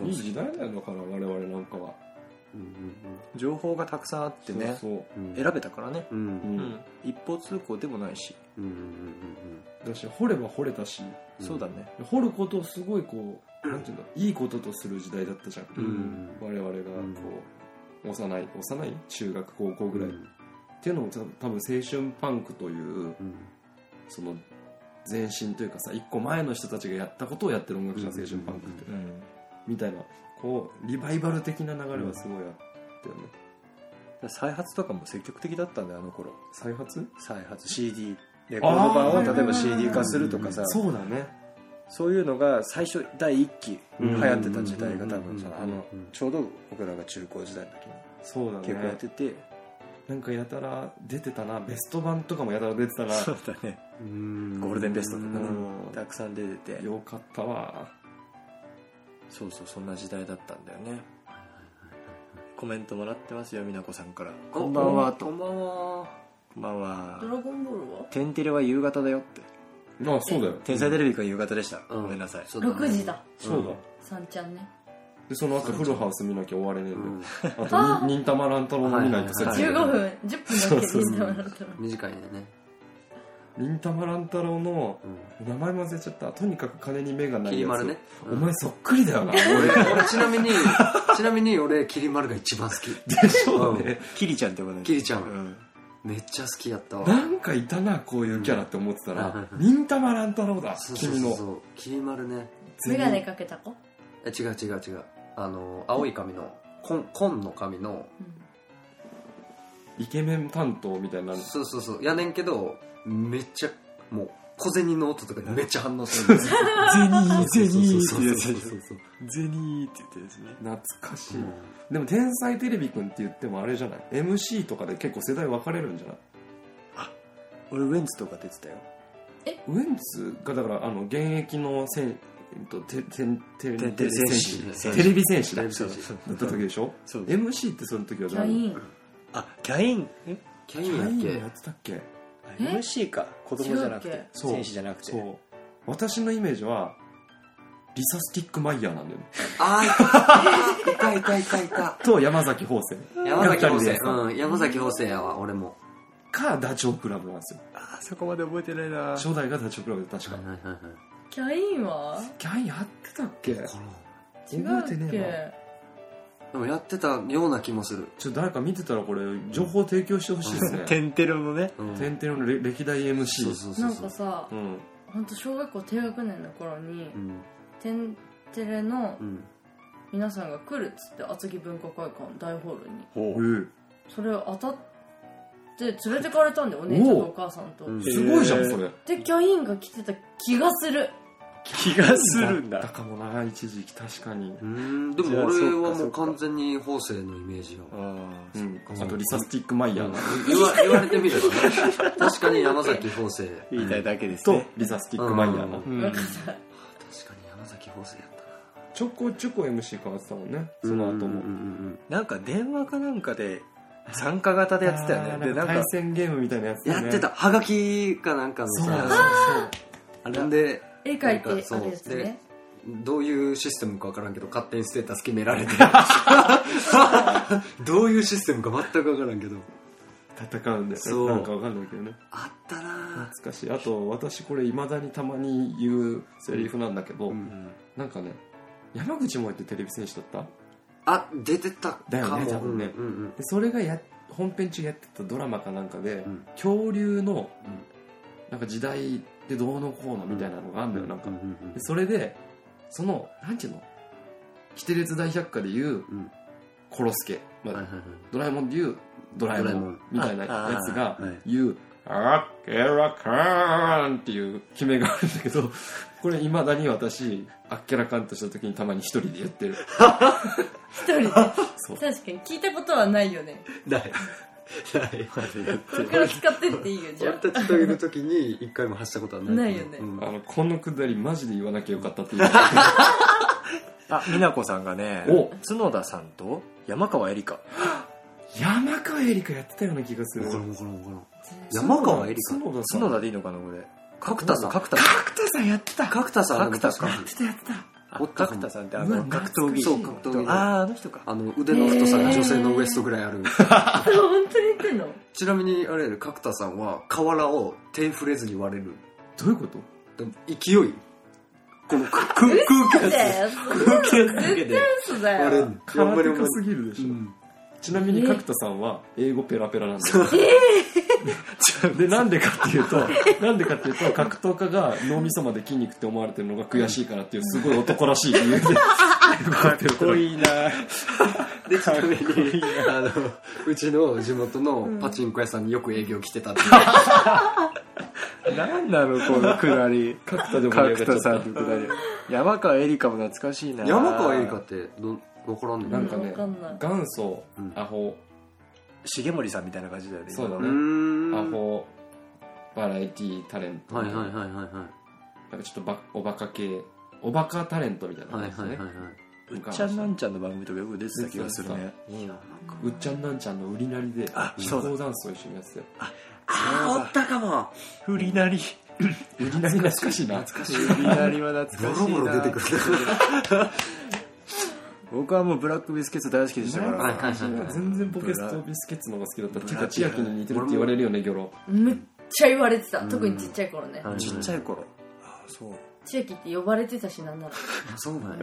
S2: いい時代なのかな我々なんかは
S4: うん
S1: 情報がたくさんあってね
S2: そう
S4: うんうん
S1: 選べたからね、
S4: うん
S2: そう、う
S1: うんん、一方通行でもないし、
S4: うんうん
S2: だし掘れば掘れたし
S1: そうだね
S2: 掘ることをすごいこうなんていうのいいこととする時代だったじゃん、
S4: うんうん
S2: 我々がこう幼い幼い中学高校ぐらい、
S4: うん
S2: っていうのも多多分青春パンクという
S4: うん
S2: その前身というかさ一個前の人たちがやったことをやってる音楽じゃん青春パンクって、
S1: うん
S2: みたいなこうリバイバル的な流れはすごいあったよね、
S1: 再発とかも積極的だったんだよあの頃
S2: 再発
S1: 再発 CD レコ
S2: あー
S1: ード版を例えば CD 化するとかさ
S2: そうだね
S1: そういうのが最初第一期流
S2: うん
S1: 行ってた時代が多分さ
S4: うん
S1: あの
S4: うん
S1: ちょうど僕らが中高時代の時に
S2: そうだね
S1: 結構やってて、
S2: なんかやたら出てたなベスト版とかもやたら出てた な
S1: そうだね
S4: うん
S1: ゴールデンベストとかね
S2: うん
S1: たくさん出てて
S2: よかったわ
S1: そうそうそんな時代だったんだよねコメントもらってますよ美奈子さんから「こんばんは」と
S4: こんばんは
S1: 「こんばんは
S3: ドラゴンボールは」
S1: 「天てれは夕方だよ」って
S2: あそうだよ
S1: 「天才テレビくんは夕方でした」
S4: うん
S1: ごめんなさい
S4: そうね
S3: 6時だ
S2: そうだ、
S3: 三ちゃんね
S2: でその後フルハウス見なきゃ終われねえ
S4: うんん
S2: だよ、あとに忍たま乱太郎も見ないと
S4: はい
S2: 全
S3: 15
S2: 部
S3: 分10分だけ
S2: そう
S3: に
S2: そう
S3: してもらったら
S4: 短いねね
S2: 忍たま乱太郎の
S4: うん
S2: 名前忘れちゃったとにかく金に目がないやつ
S4: きり丸ね
S2: お前そっくりだよな
S4: 俺俺ちなみにちなみに俺きり丸が一番好き
S2: でしょうね
S1: キリちゃんってことね
S4: キリちゃん
S1: うん
S4: めっちゃ好きやったわ
S2: なんかいたなこういうキャラって思ってた
S4: うん
S2: ら忍たま乱太郎だ
S4: そうそう
S2: 君
S4: そう
S2: の
S4: そうきり丸ね
S3: 眼鏡かけた子
S4: え違う違う違うあの青い髪の紺紺の髪の
S2: イケメン担当みたいになる
S4: そうそうそうやねんけどめっちゃもう小銭の音とかにめっちゃ反応するんですよ
S1: 「ゼニー」
S4: そう
S1: って
S4: そ
S1: や
S4: うそう
S1: つ
S4: そうそう
S1: ゼニーって言ったやつね
S2: 懐かしい、
S4: うん
S2: でも「天才テレビくん」って言ってもあれじゃない MC とかで結構世代分かれるんじゃない
S1: 俺ウエンツとか出てたよ
S2: ウエンツがだからあの現役のせん、えっと、ててんてん
S1: てんて
S2: テレ
S1: ん戦
S2: ビ
S1: 士
S2: 戦士テレビ戦士だ
S4: テレ
S2: だっ
S4: ビ戦士
S2: た時でしょ
S1: そう
S2: MC ってその時は
S3: キ
S2: じゃあ
S3: ャイン
S1: あキャインん
S4: キャインや
S2: キ
S4: っ
S2: ャイン
S4: け
S2: やってたっけ
S1: あ MC か子供じゃなく
S3: 違うってけ
S2: そう
S1: 選手じゃなくて
S2: そう私のイメージはリサ・スティック・マイヤーなんだよね
S4: あーいたいたいたいた
S2: と山崎邦生
S4: 山崎
S2: やった
S4: 芳
S2: りで
S4: 生うん山崎芳生やわ俺も
S2: かダチョウ倶楽部なんですよ
S1: あーそこまで覚えてないな
S2: 初代がダチョウ倶楽部で確か
S4: はいはいはい
S3: キャインは
S2: キャインやってたっけ
S4: この
S3: 違う
S2: 覚えて
S3: っ
S2: ねえ
S3: け
S4: でもやってたような気もする
S2: ちょっと誰か見てたらこれ情報提供してほしいですね
S1: テンテロのね
S4: うん
S2: 天天のれ歴代 MC
S4: そうそうそ
S3: な
S4: うんそ
S3: か
S4: う
S3: さ
S2: うん
S3: 本当小学校低学年の頃に
S4: うん
S3: テンテレの
S4: うん
S3: 皆さんが来るっつって厚木文化会館大ホールに
S1: ほ
S2: うん
S3: それ当たって連れてかれたんだよお姉ちゃんとお母さんと
S4: うん
S2: すごいじゃんそれ
S3: でキャインが来てた気がする
S1: 気がするん
S2: あった
S1: だ
S2: かもな一時期確かに
S4: うーんでも俺はもう完全に方正のイメージ
S1: あ
S4: を
S1: ー
S2: うんあとリサ・スティック・マイヤー
S4: 言わ言われてみれ ばね確かに山崎方正
S1: 言いたいだけです
S2: と
S1: ね
S2: リサ・スティック・マイヤーな
S4: う
S1: うん
S3: わかった
S4: 確かに山崎方正やったな
S2: ちょこちょこ MC 変わってたもんねその後も
S4: うんうん
S1: なんか電話かなんかで参加型でやってたよ
S2: あー
S1: ねでなんか
S2: 対戦ゲームみたいなやつ
S4: うん
S2: だ
S4: や
S2: よね
S4: ってたはがきかなんかの
S2: そうそう
S4: さあれで
S3: 絵描いてあるやつね
S4: どういうシステムか分からんけど勝手にステータス決められてどういうシステムか全く分からんけど
S2: そう戦うんだよ
S4: そう
S2: ねなんかわかんないけどね
S4: あったな
S2: 懐かしいあと私これいまだにたまに言うセリフなんだけど、
S4: うん
S2: なんかね山口もえってテレビ選手だったで
S4: あ出てたかも
S2: だよね多分ね
S4: うんうん
S2: それがや本編中やってたドラマかなんかで、
S4: ん
S2: 恐竜の
S4: うん
S2: なんか時代でどうのこうのみたいなのがあんだよ、なんか、
S4: うんうん
S2: でそれでそのなんていうのキテレツ大百科でいう
S4: うんうん
S2: コロスケ、まあ
S4: はいはいはい
S2: ドラえもんでいうドラえも
S4: ドラえも
S2: ん
S4: ん
S2: みたいなやつが
S4: あはい
S2: 言う「あっケラカーン」っていう決めがあるんだけ どこれいまだに私あっけらかんとした時にたまに一人で言ってる
S3: 一人で
S2: そう
S3: 確かに聞いたことはないよね
S4: ない
S3: これから使ってっていいよじゃ
S4: 俺たちといる時に一回も発したことはないけど
S3: ないよね
S4: うん
S2: あのこのくだりマジで言わなきゃよかったって いう
S1: あ美奈子さんがね
S2: お
S1: 角田さんと山川絵里香
S2: 山川エリカやってたような気がする
S4: わからんわからんわからん山川エリカ
S2: 角田さん
S1: 角田でいいのかなこれ角田さん
S4: 角
S1: 角田さん角田さんやってた角田さん角田さん
S4: やってたやってたお
S1: あ
S4: ったか
S1: 角
S4: も
S1: 田さんってあ
S2: う
S1: の
S2: わ
S1: 格闘技
S4: そう格闘技の
S1: あああの人か
S4: あの腕の太さが女性のウエストぐらいある
S3: あ本当に言ってんの
S4: ちなみにあれ角田さんは瓦を手触れずに割れる
S2: どういうこと
S4: でも勢いこの 空空空気圧
S3: だよ
S4: 空気圧だけ
S3: 絶
S4: で
S3: 対嘘だ
S4: 割れ
S3: よ
S4: る
S2: 空手
S4: ま
S2: 家す
S4: り
S2: ぎるでしょ、
S4: うん
S2: ちなみに角田さんは英語ペラペラなんですよ でなんでかっていうとなんでかっていうと格闘家が脳みそまで筋肉って思われてるのが悔しいからっていうすごい男らしい理由で
S1: かっこいいな
S4: でちなみにあのうちの地元のパチンコ屋さんによく営業来て たっていう
S1: 何なのこのくだり
S2: 角田でも盛
S1: 角
S2: り上がっ
S1: 田
S2: ちゃ
S1: さ
S2: っ
S1: んのくだり山川絵里香も懐かしいな
S4: 山川エリカってど分からんね
S2: たなんかね
S3: わかんない
S2: 元祖
S4: うん
S2: アホ
S1: 重森さんみたいな感じだよね
S2: そうだ
S4: う
S2: ね
S4: ーん
S2: アホバラエティタレント
S4: はいはいはい
S2: なんか
S4: はいは
S2: ちょっとばおバカ系おバカタレントみたいない感
S4: はい
S2: じ
S4: はい
S2: で
S4: はい
S2: すね
S4: はいう
S1: っちゃんなんちゃんの番組とかよく出てた気がするね
S4: いいな
S2: うっちゃんなんちゃんの売りなりで
S1: あ
S2: 社
S1: そうだ
S2: 交ダンスを一緒にやってたよ
S1: あ
S4: たかも
S1: 振りなり
S2: 売りなり懐かしいな
S4: 懐かしい
S1: 振りなりは懐かしいな
S4: ボロボロ出てくる
S1: 僕はもうブラックビスケッツ大好きでしたから、
S4: はいはいはいはい
S2: 全然ポケストビスケッツの方が好きだったてか千秋に似てるって言われるよねギョロ
S3: むっちゃ言われてた特にちっちゃい頃ね
S4: はい
S1: ちっちゃい頃ああそう
S3: 千秋って呼ばれてたしなんなら
S4: あそうなん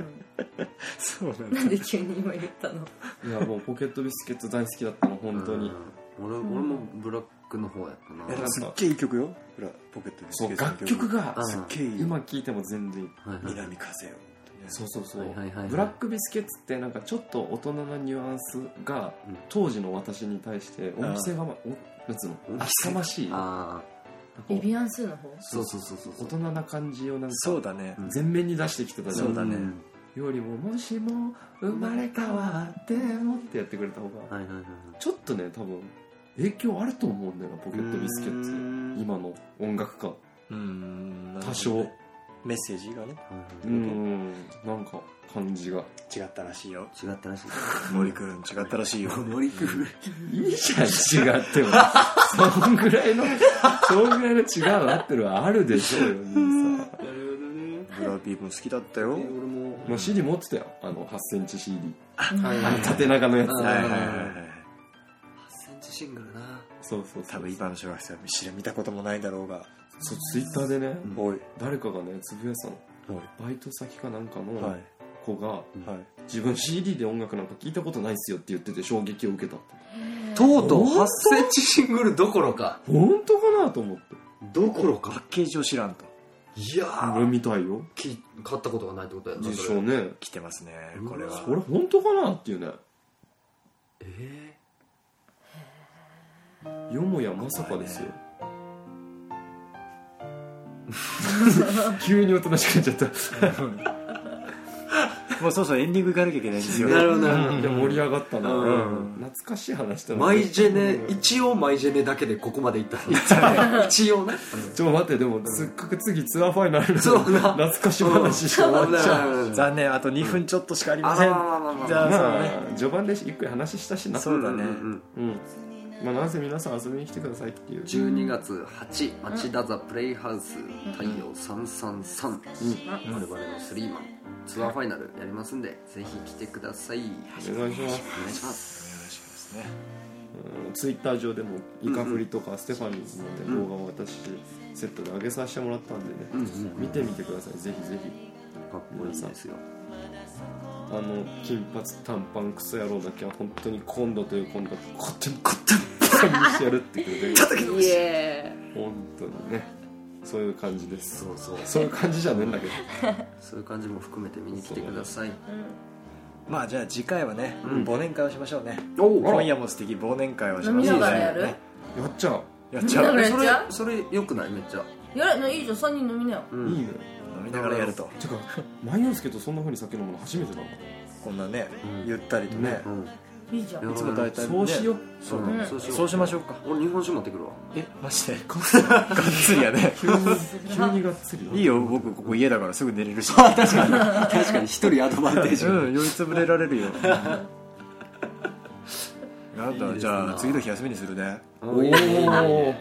S4: や
S1: そうなん
S3: なんで急に今言ったの
S2: いやもうポケットビスケット大好きだったの本当に
S4: うん俺俺もブラックの方やったな
S1: えすっげえいい曲よ裏ポケットビス
S2: そ
S1: ケッ
S2: う
S1: ツの
S2: 楽曲が
S4: あ
S1: すっげえいい
S2: 今聴いても全然いい
S4: はいはい
S1: 南風よ
S2: そうそうそう
S4: はいはいはいはい
S2: ブラックビスケッツってなんかちょっと大人なニュアンスが
S4: うん
S2: 当時の私に対してお店がまおなんつうの
S4: お店
S2: 勇ましいなんか
S4: ああ
S3: ビビアンスーの方
S4: そうそうそうそう
S2: 大
S4: そう
S2: 人な感じをなんか
S1: そうだね
S2: 全面に出してきてたじゃん
S1: そうだね
S4: ん
S2: よりももしも生まれ変わってもってやってくれた方が
S4: はいはいはいはい
S2: ちょっとね多分影響あると思うんだよなポケットビスケッツ
S1: ツ
S2: 今の音楽家
S1: うん
S2: 多少
S1: メッセージがね
S4: はい
S2: うんなんか感じが
S1: 違ったらしいよ
S4: 違ったらしい
S1: 森くん違ったら しいよ
S4: 森くん
S2: いいじゃん違ってもそんぐらいのそんぐらいの違うなってるはあるでしょうよ兄さん
S4: なるほどね
S1: ブラピーも好きだったよ
S4: 俺も
S2: まあ CD 持ってたよあの8センチ CD
S4: はい
S2: あの縦長のやつ
S4: うん
S1: はいはいはいはい
S4: 8センチシングルな
S2: そうそうそ
S1: 多
S2: う
S1: 分今の小学生は知ら見たこともないだろうが
S2: そうツイッターでね
S4: うん
S1: おい
S2: 誰かがねつぶやいてたの
S1: おい
S2: バイト先かなんか
S1: は
S2: の
S1: い
S2: 子が、
S1: はい
S2: 自分 CD で音楽なんか聞いたことないっすよって言ってて衝撃を受けたって
S4: とうとう8センチシングルどころか
S2: 本当かなと思って
S4: どころ
S1: パ
S4: か
S1: ッケージを知らんと
S4: いやー
S2: 俺みたいよ
S4: き買ったことがないってことやな
S2: 実
S4: それ
S2: 証ね
S1: 来てますね
S4: うわ
S1: これは
S2: それ本当かなっていうね
S4: え
S2: よもやまさかですよ急におとなしくなっちゃった
S1: もうそうそうエンディング行かなきゃいけ ないんです
S4: ー
S1: よ
S4: なるほどなる ほ
S2: でも盛り上がったな、
S4: うん
S2: 懐かしい話だ
S4: ど
S2: な
S4: マイジェネ一応マイジェネだけでここまでいった一応ね
S2: ちょっと待ってでもせっかく次ツアーファイナルの
S4: そうな
S2: 懐かしい話しか終わっち ゃう
S4: ゃ
S1: 残念あと2分ちょっとしかありま
S4: あ
S1: せん
S4: まあまあまあまあ
S1: じゃあそうね
S2: まあ序盤でゆっくり話したしな
S1: そうだね
S4: ん
S2: うんまあなんせ皆さん遊びに来てくださいっていう
S4: 12月8町田ザプレイハウス太陽333、我々のスリーマンツアーファイナルやりますんでぜひ来てください
S2: お願いします
S4: お願いします
S1: お願いしますね
S2: ツイッター上でもイカフリとかステファニーズの、ね動画を私セットで上げさせてもらったんでね、
S4: うんうん
S2: 見てみてくださいぜひぜひ
S4: かっこいいですよ
S2: あの金髪短パンクソ野郎だけは本当に今度という今度こってもこってもバカにしてやるってくれて
S3: イエーイ
S2: 本当にねそういう感じです
S4: そうそう
S2: そういう感じじゃねえんだけど
S4: そういう感じも含めて見に来てください
S1: まあじゃあ次回はね、
S4: うん
S1: 忘年会をしましょうね
S4: おお
S1: 今夜も素敵忘年会をし
S3: 飲
S1: ま
S3: み
S1: しょ
S3: な
S1: う
S3: がらやる
S1: ね
S2: やっちゃ
S1: やっちゃ
S3: 飲みなが
S1: う
S3: ら
S4: そ
S3: じゃ
S4: れ
S3: あ
S4: それよくないめっちゃ
S3: やらないいじゃん3人飲みなよ
S4: う
S2: う、いい
S4: ん
S2: ね
S1: 飲みながらやると
S2: てか万葉介とそんな風に酒飲むの初めてだな
S1: こんなね、
S4: うん
S1: ゆったりとね
S4: うん
S3: いいじゃん
S4: いや
S1: いつも大体ね
S2: そう しよう
S4: そう
S3: うん
S4: そうしよう
S1: そうしましょうか
S4: 俺日本酒持ってくるわ
S1: えマジで がっつりやね
S2: 急にがっつり
S1: いいよ僕ここ家だからすぐ寝 れるし
S4: 確かに一人アドバンテージ
S1: うん酔いつぶれられる よなん
S4: いい
S1: だ
S4: ですな
S1: じゃあ次の日休みにするね
S2: おおー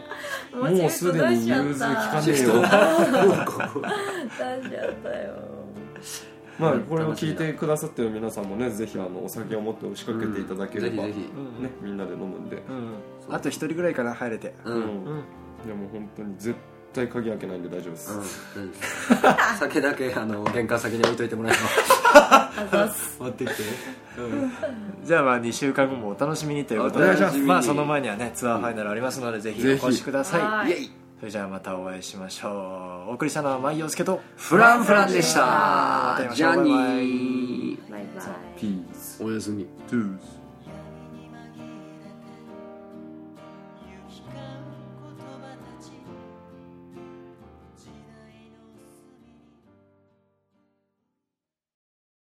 S3: もう
S2: もうすでに融通きかね
S3: 出し
S2: えよ
S3: ちゃったよ
S2: まあこれを聞いてくださってる皆さんもねぜひあのお酒を持って押しかけていただければ、
S4: ぜひぜひ
S2: ね、みんなで飲むんで、
S1: うんあと一人ぐらいかな入れて
S4: う
S2: うん
S4: う
S2: ん
S4: ん
S2: でも本当に絶対鍵開けないんで大丈夫です、
S4: 大丈夫です酒だけあの玄関先に置いといてもらえ
S3: あざっす
S4: ば 持ってきて
S1: じゃあまあ2週間後もお楽しみにということで
S2: お願いします
S1: まあその前にはねツアーファイナルありますのでぜひお
S2: ぜひ
S1: 越しください
S3: は
S4: イエイ
S1: それじゃあまたお会いしましょうお送りしたのは舞陽介と
S4: フランフランでし
S1: また会い
S4: た
S1: まし
S4: ジ
S1: ょう
S4: ャニ
S1: バイバイ
S3: バイ
S4: ー
S3: バイ
S2: ピース
S4: おやすみ
S2: トゥース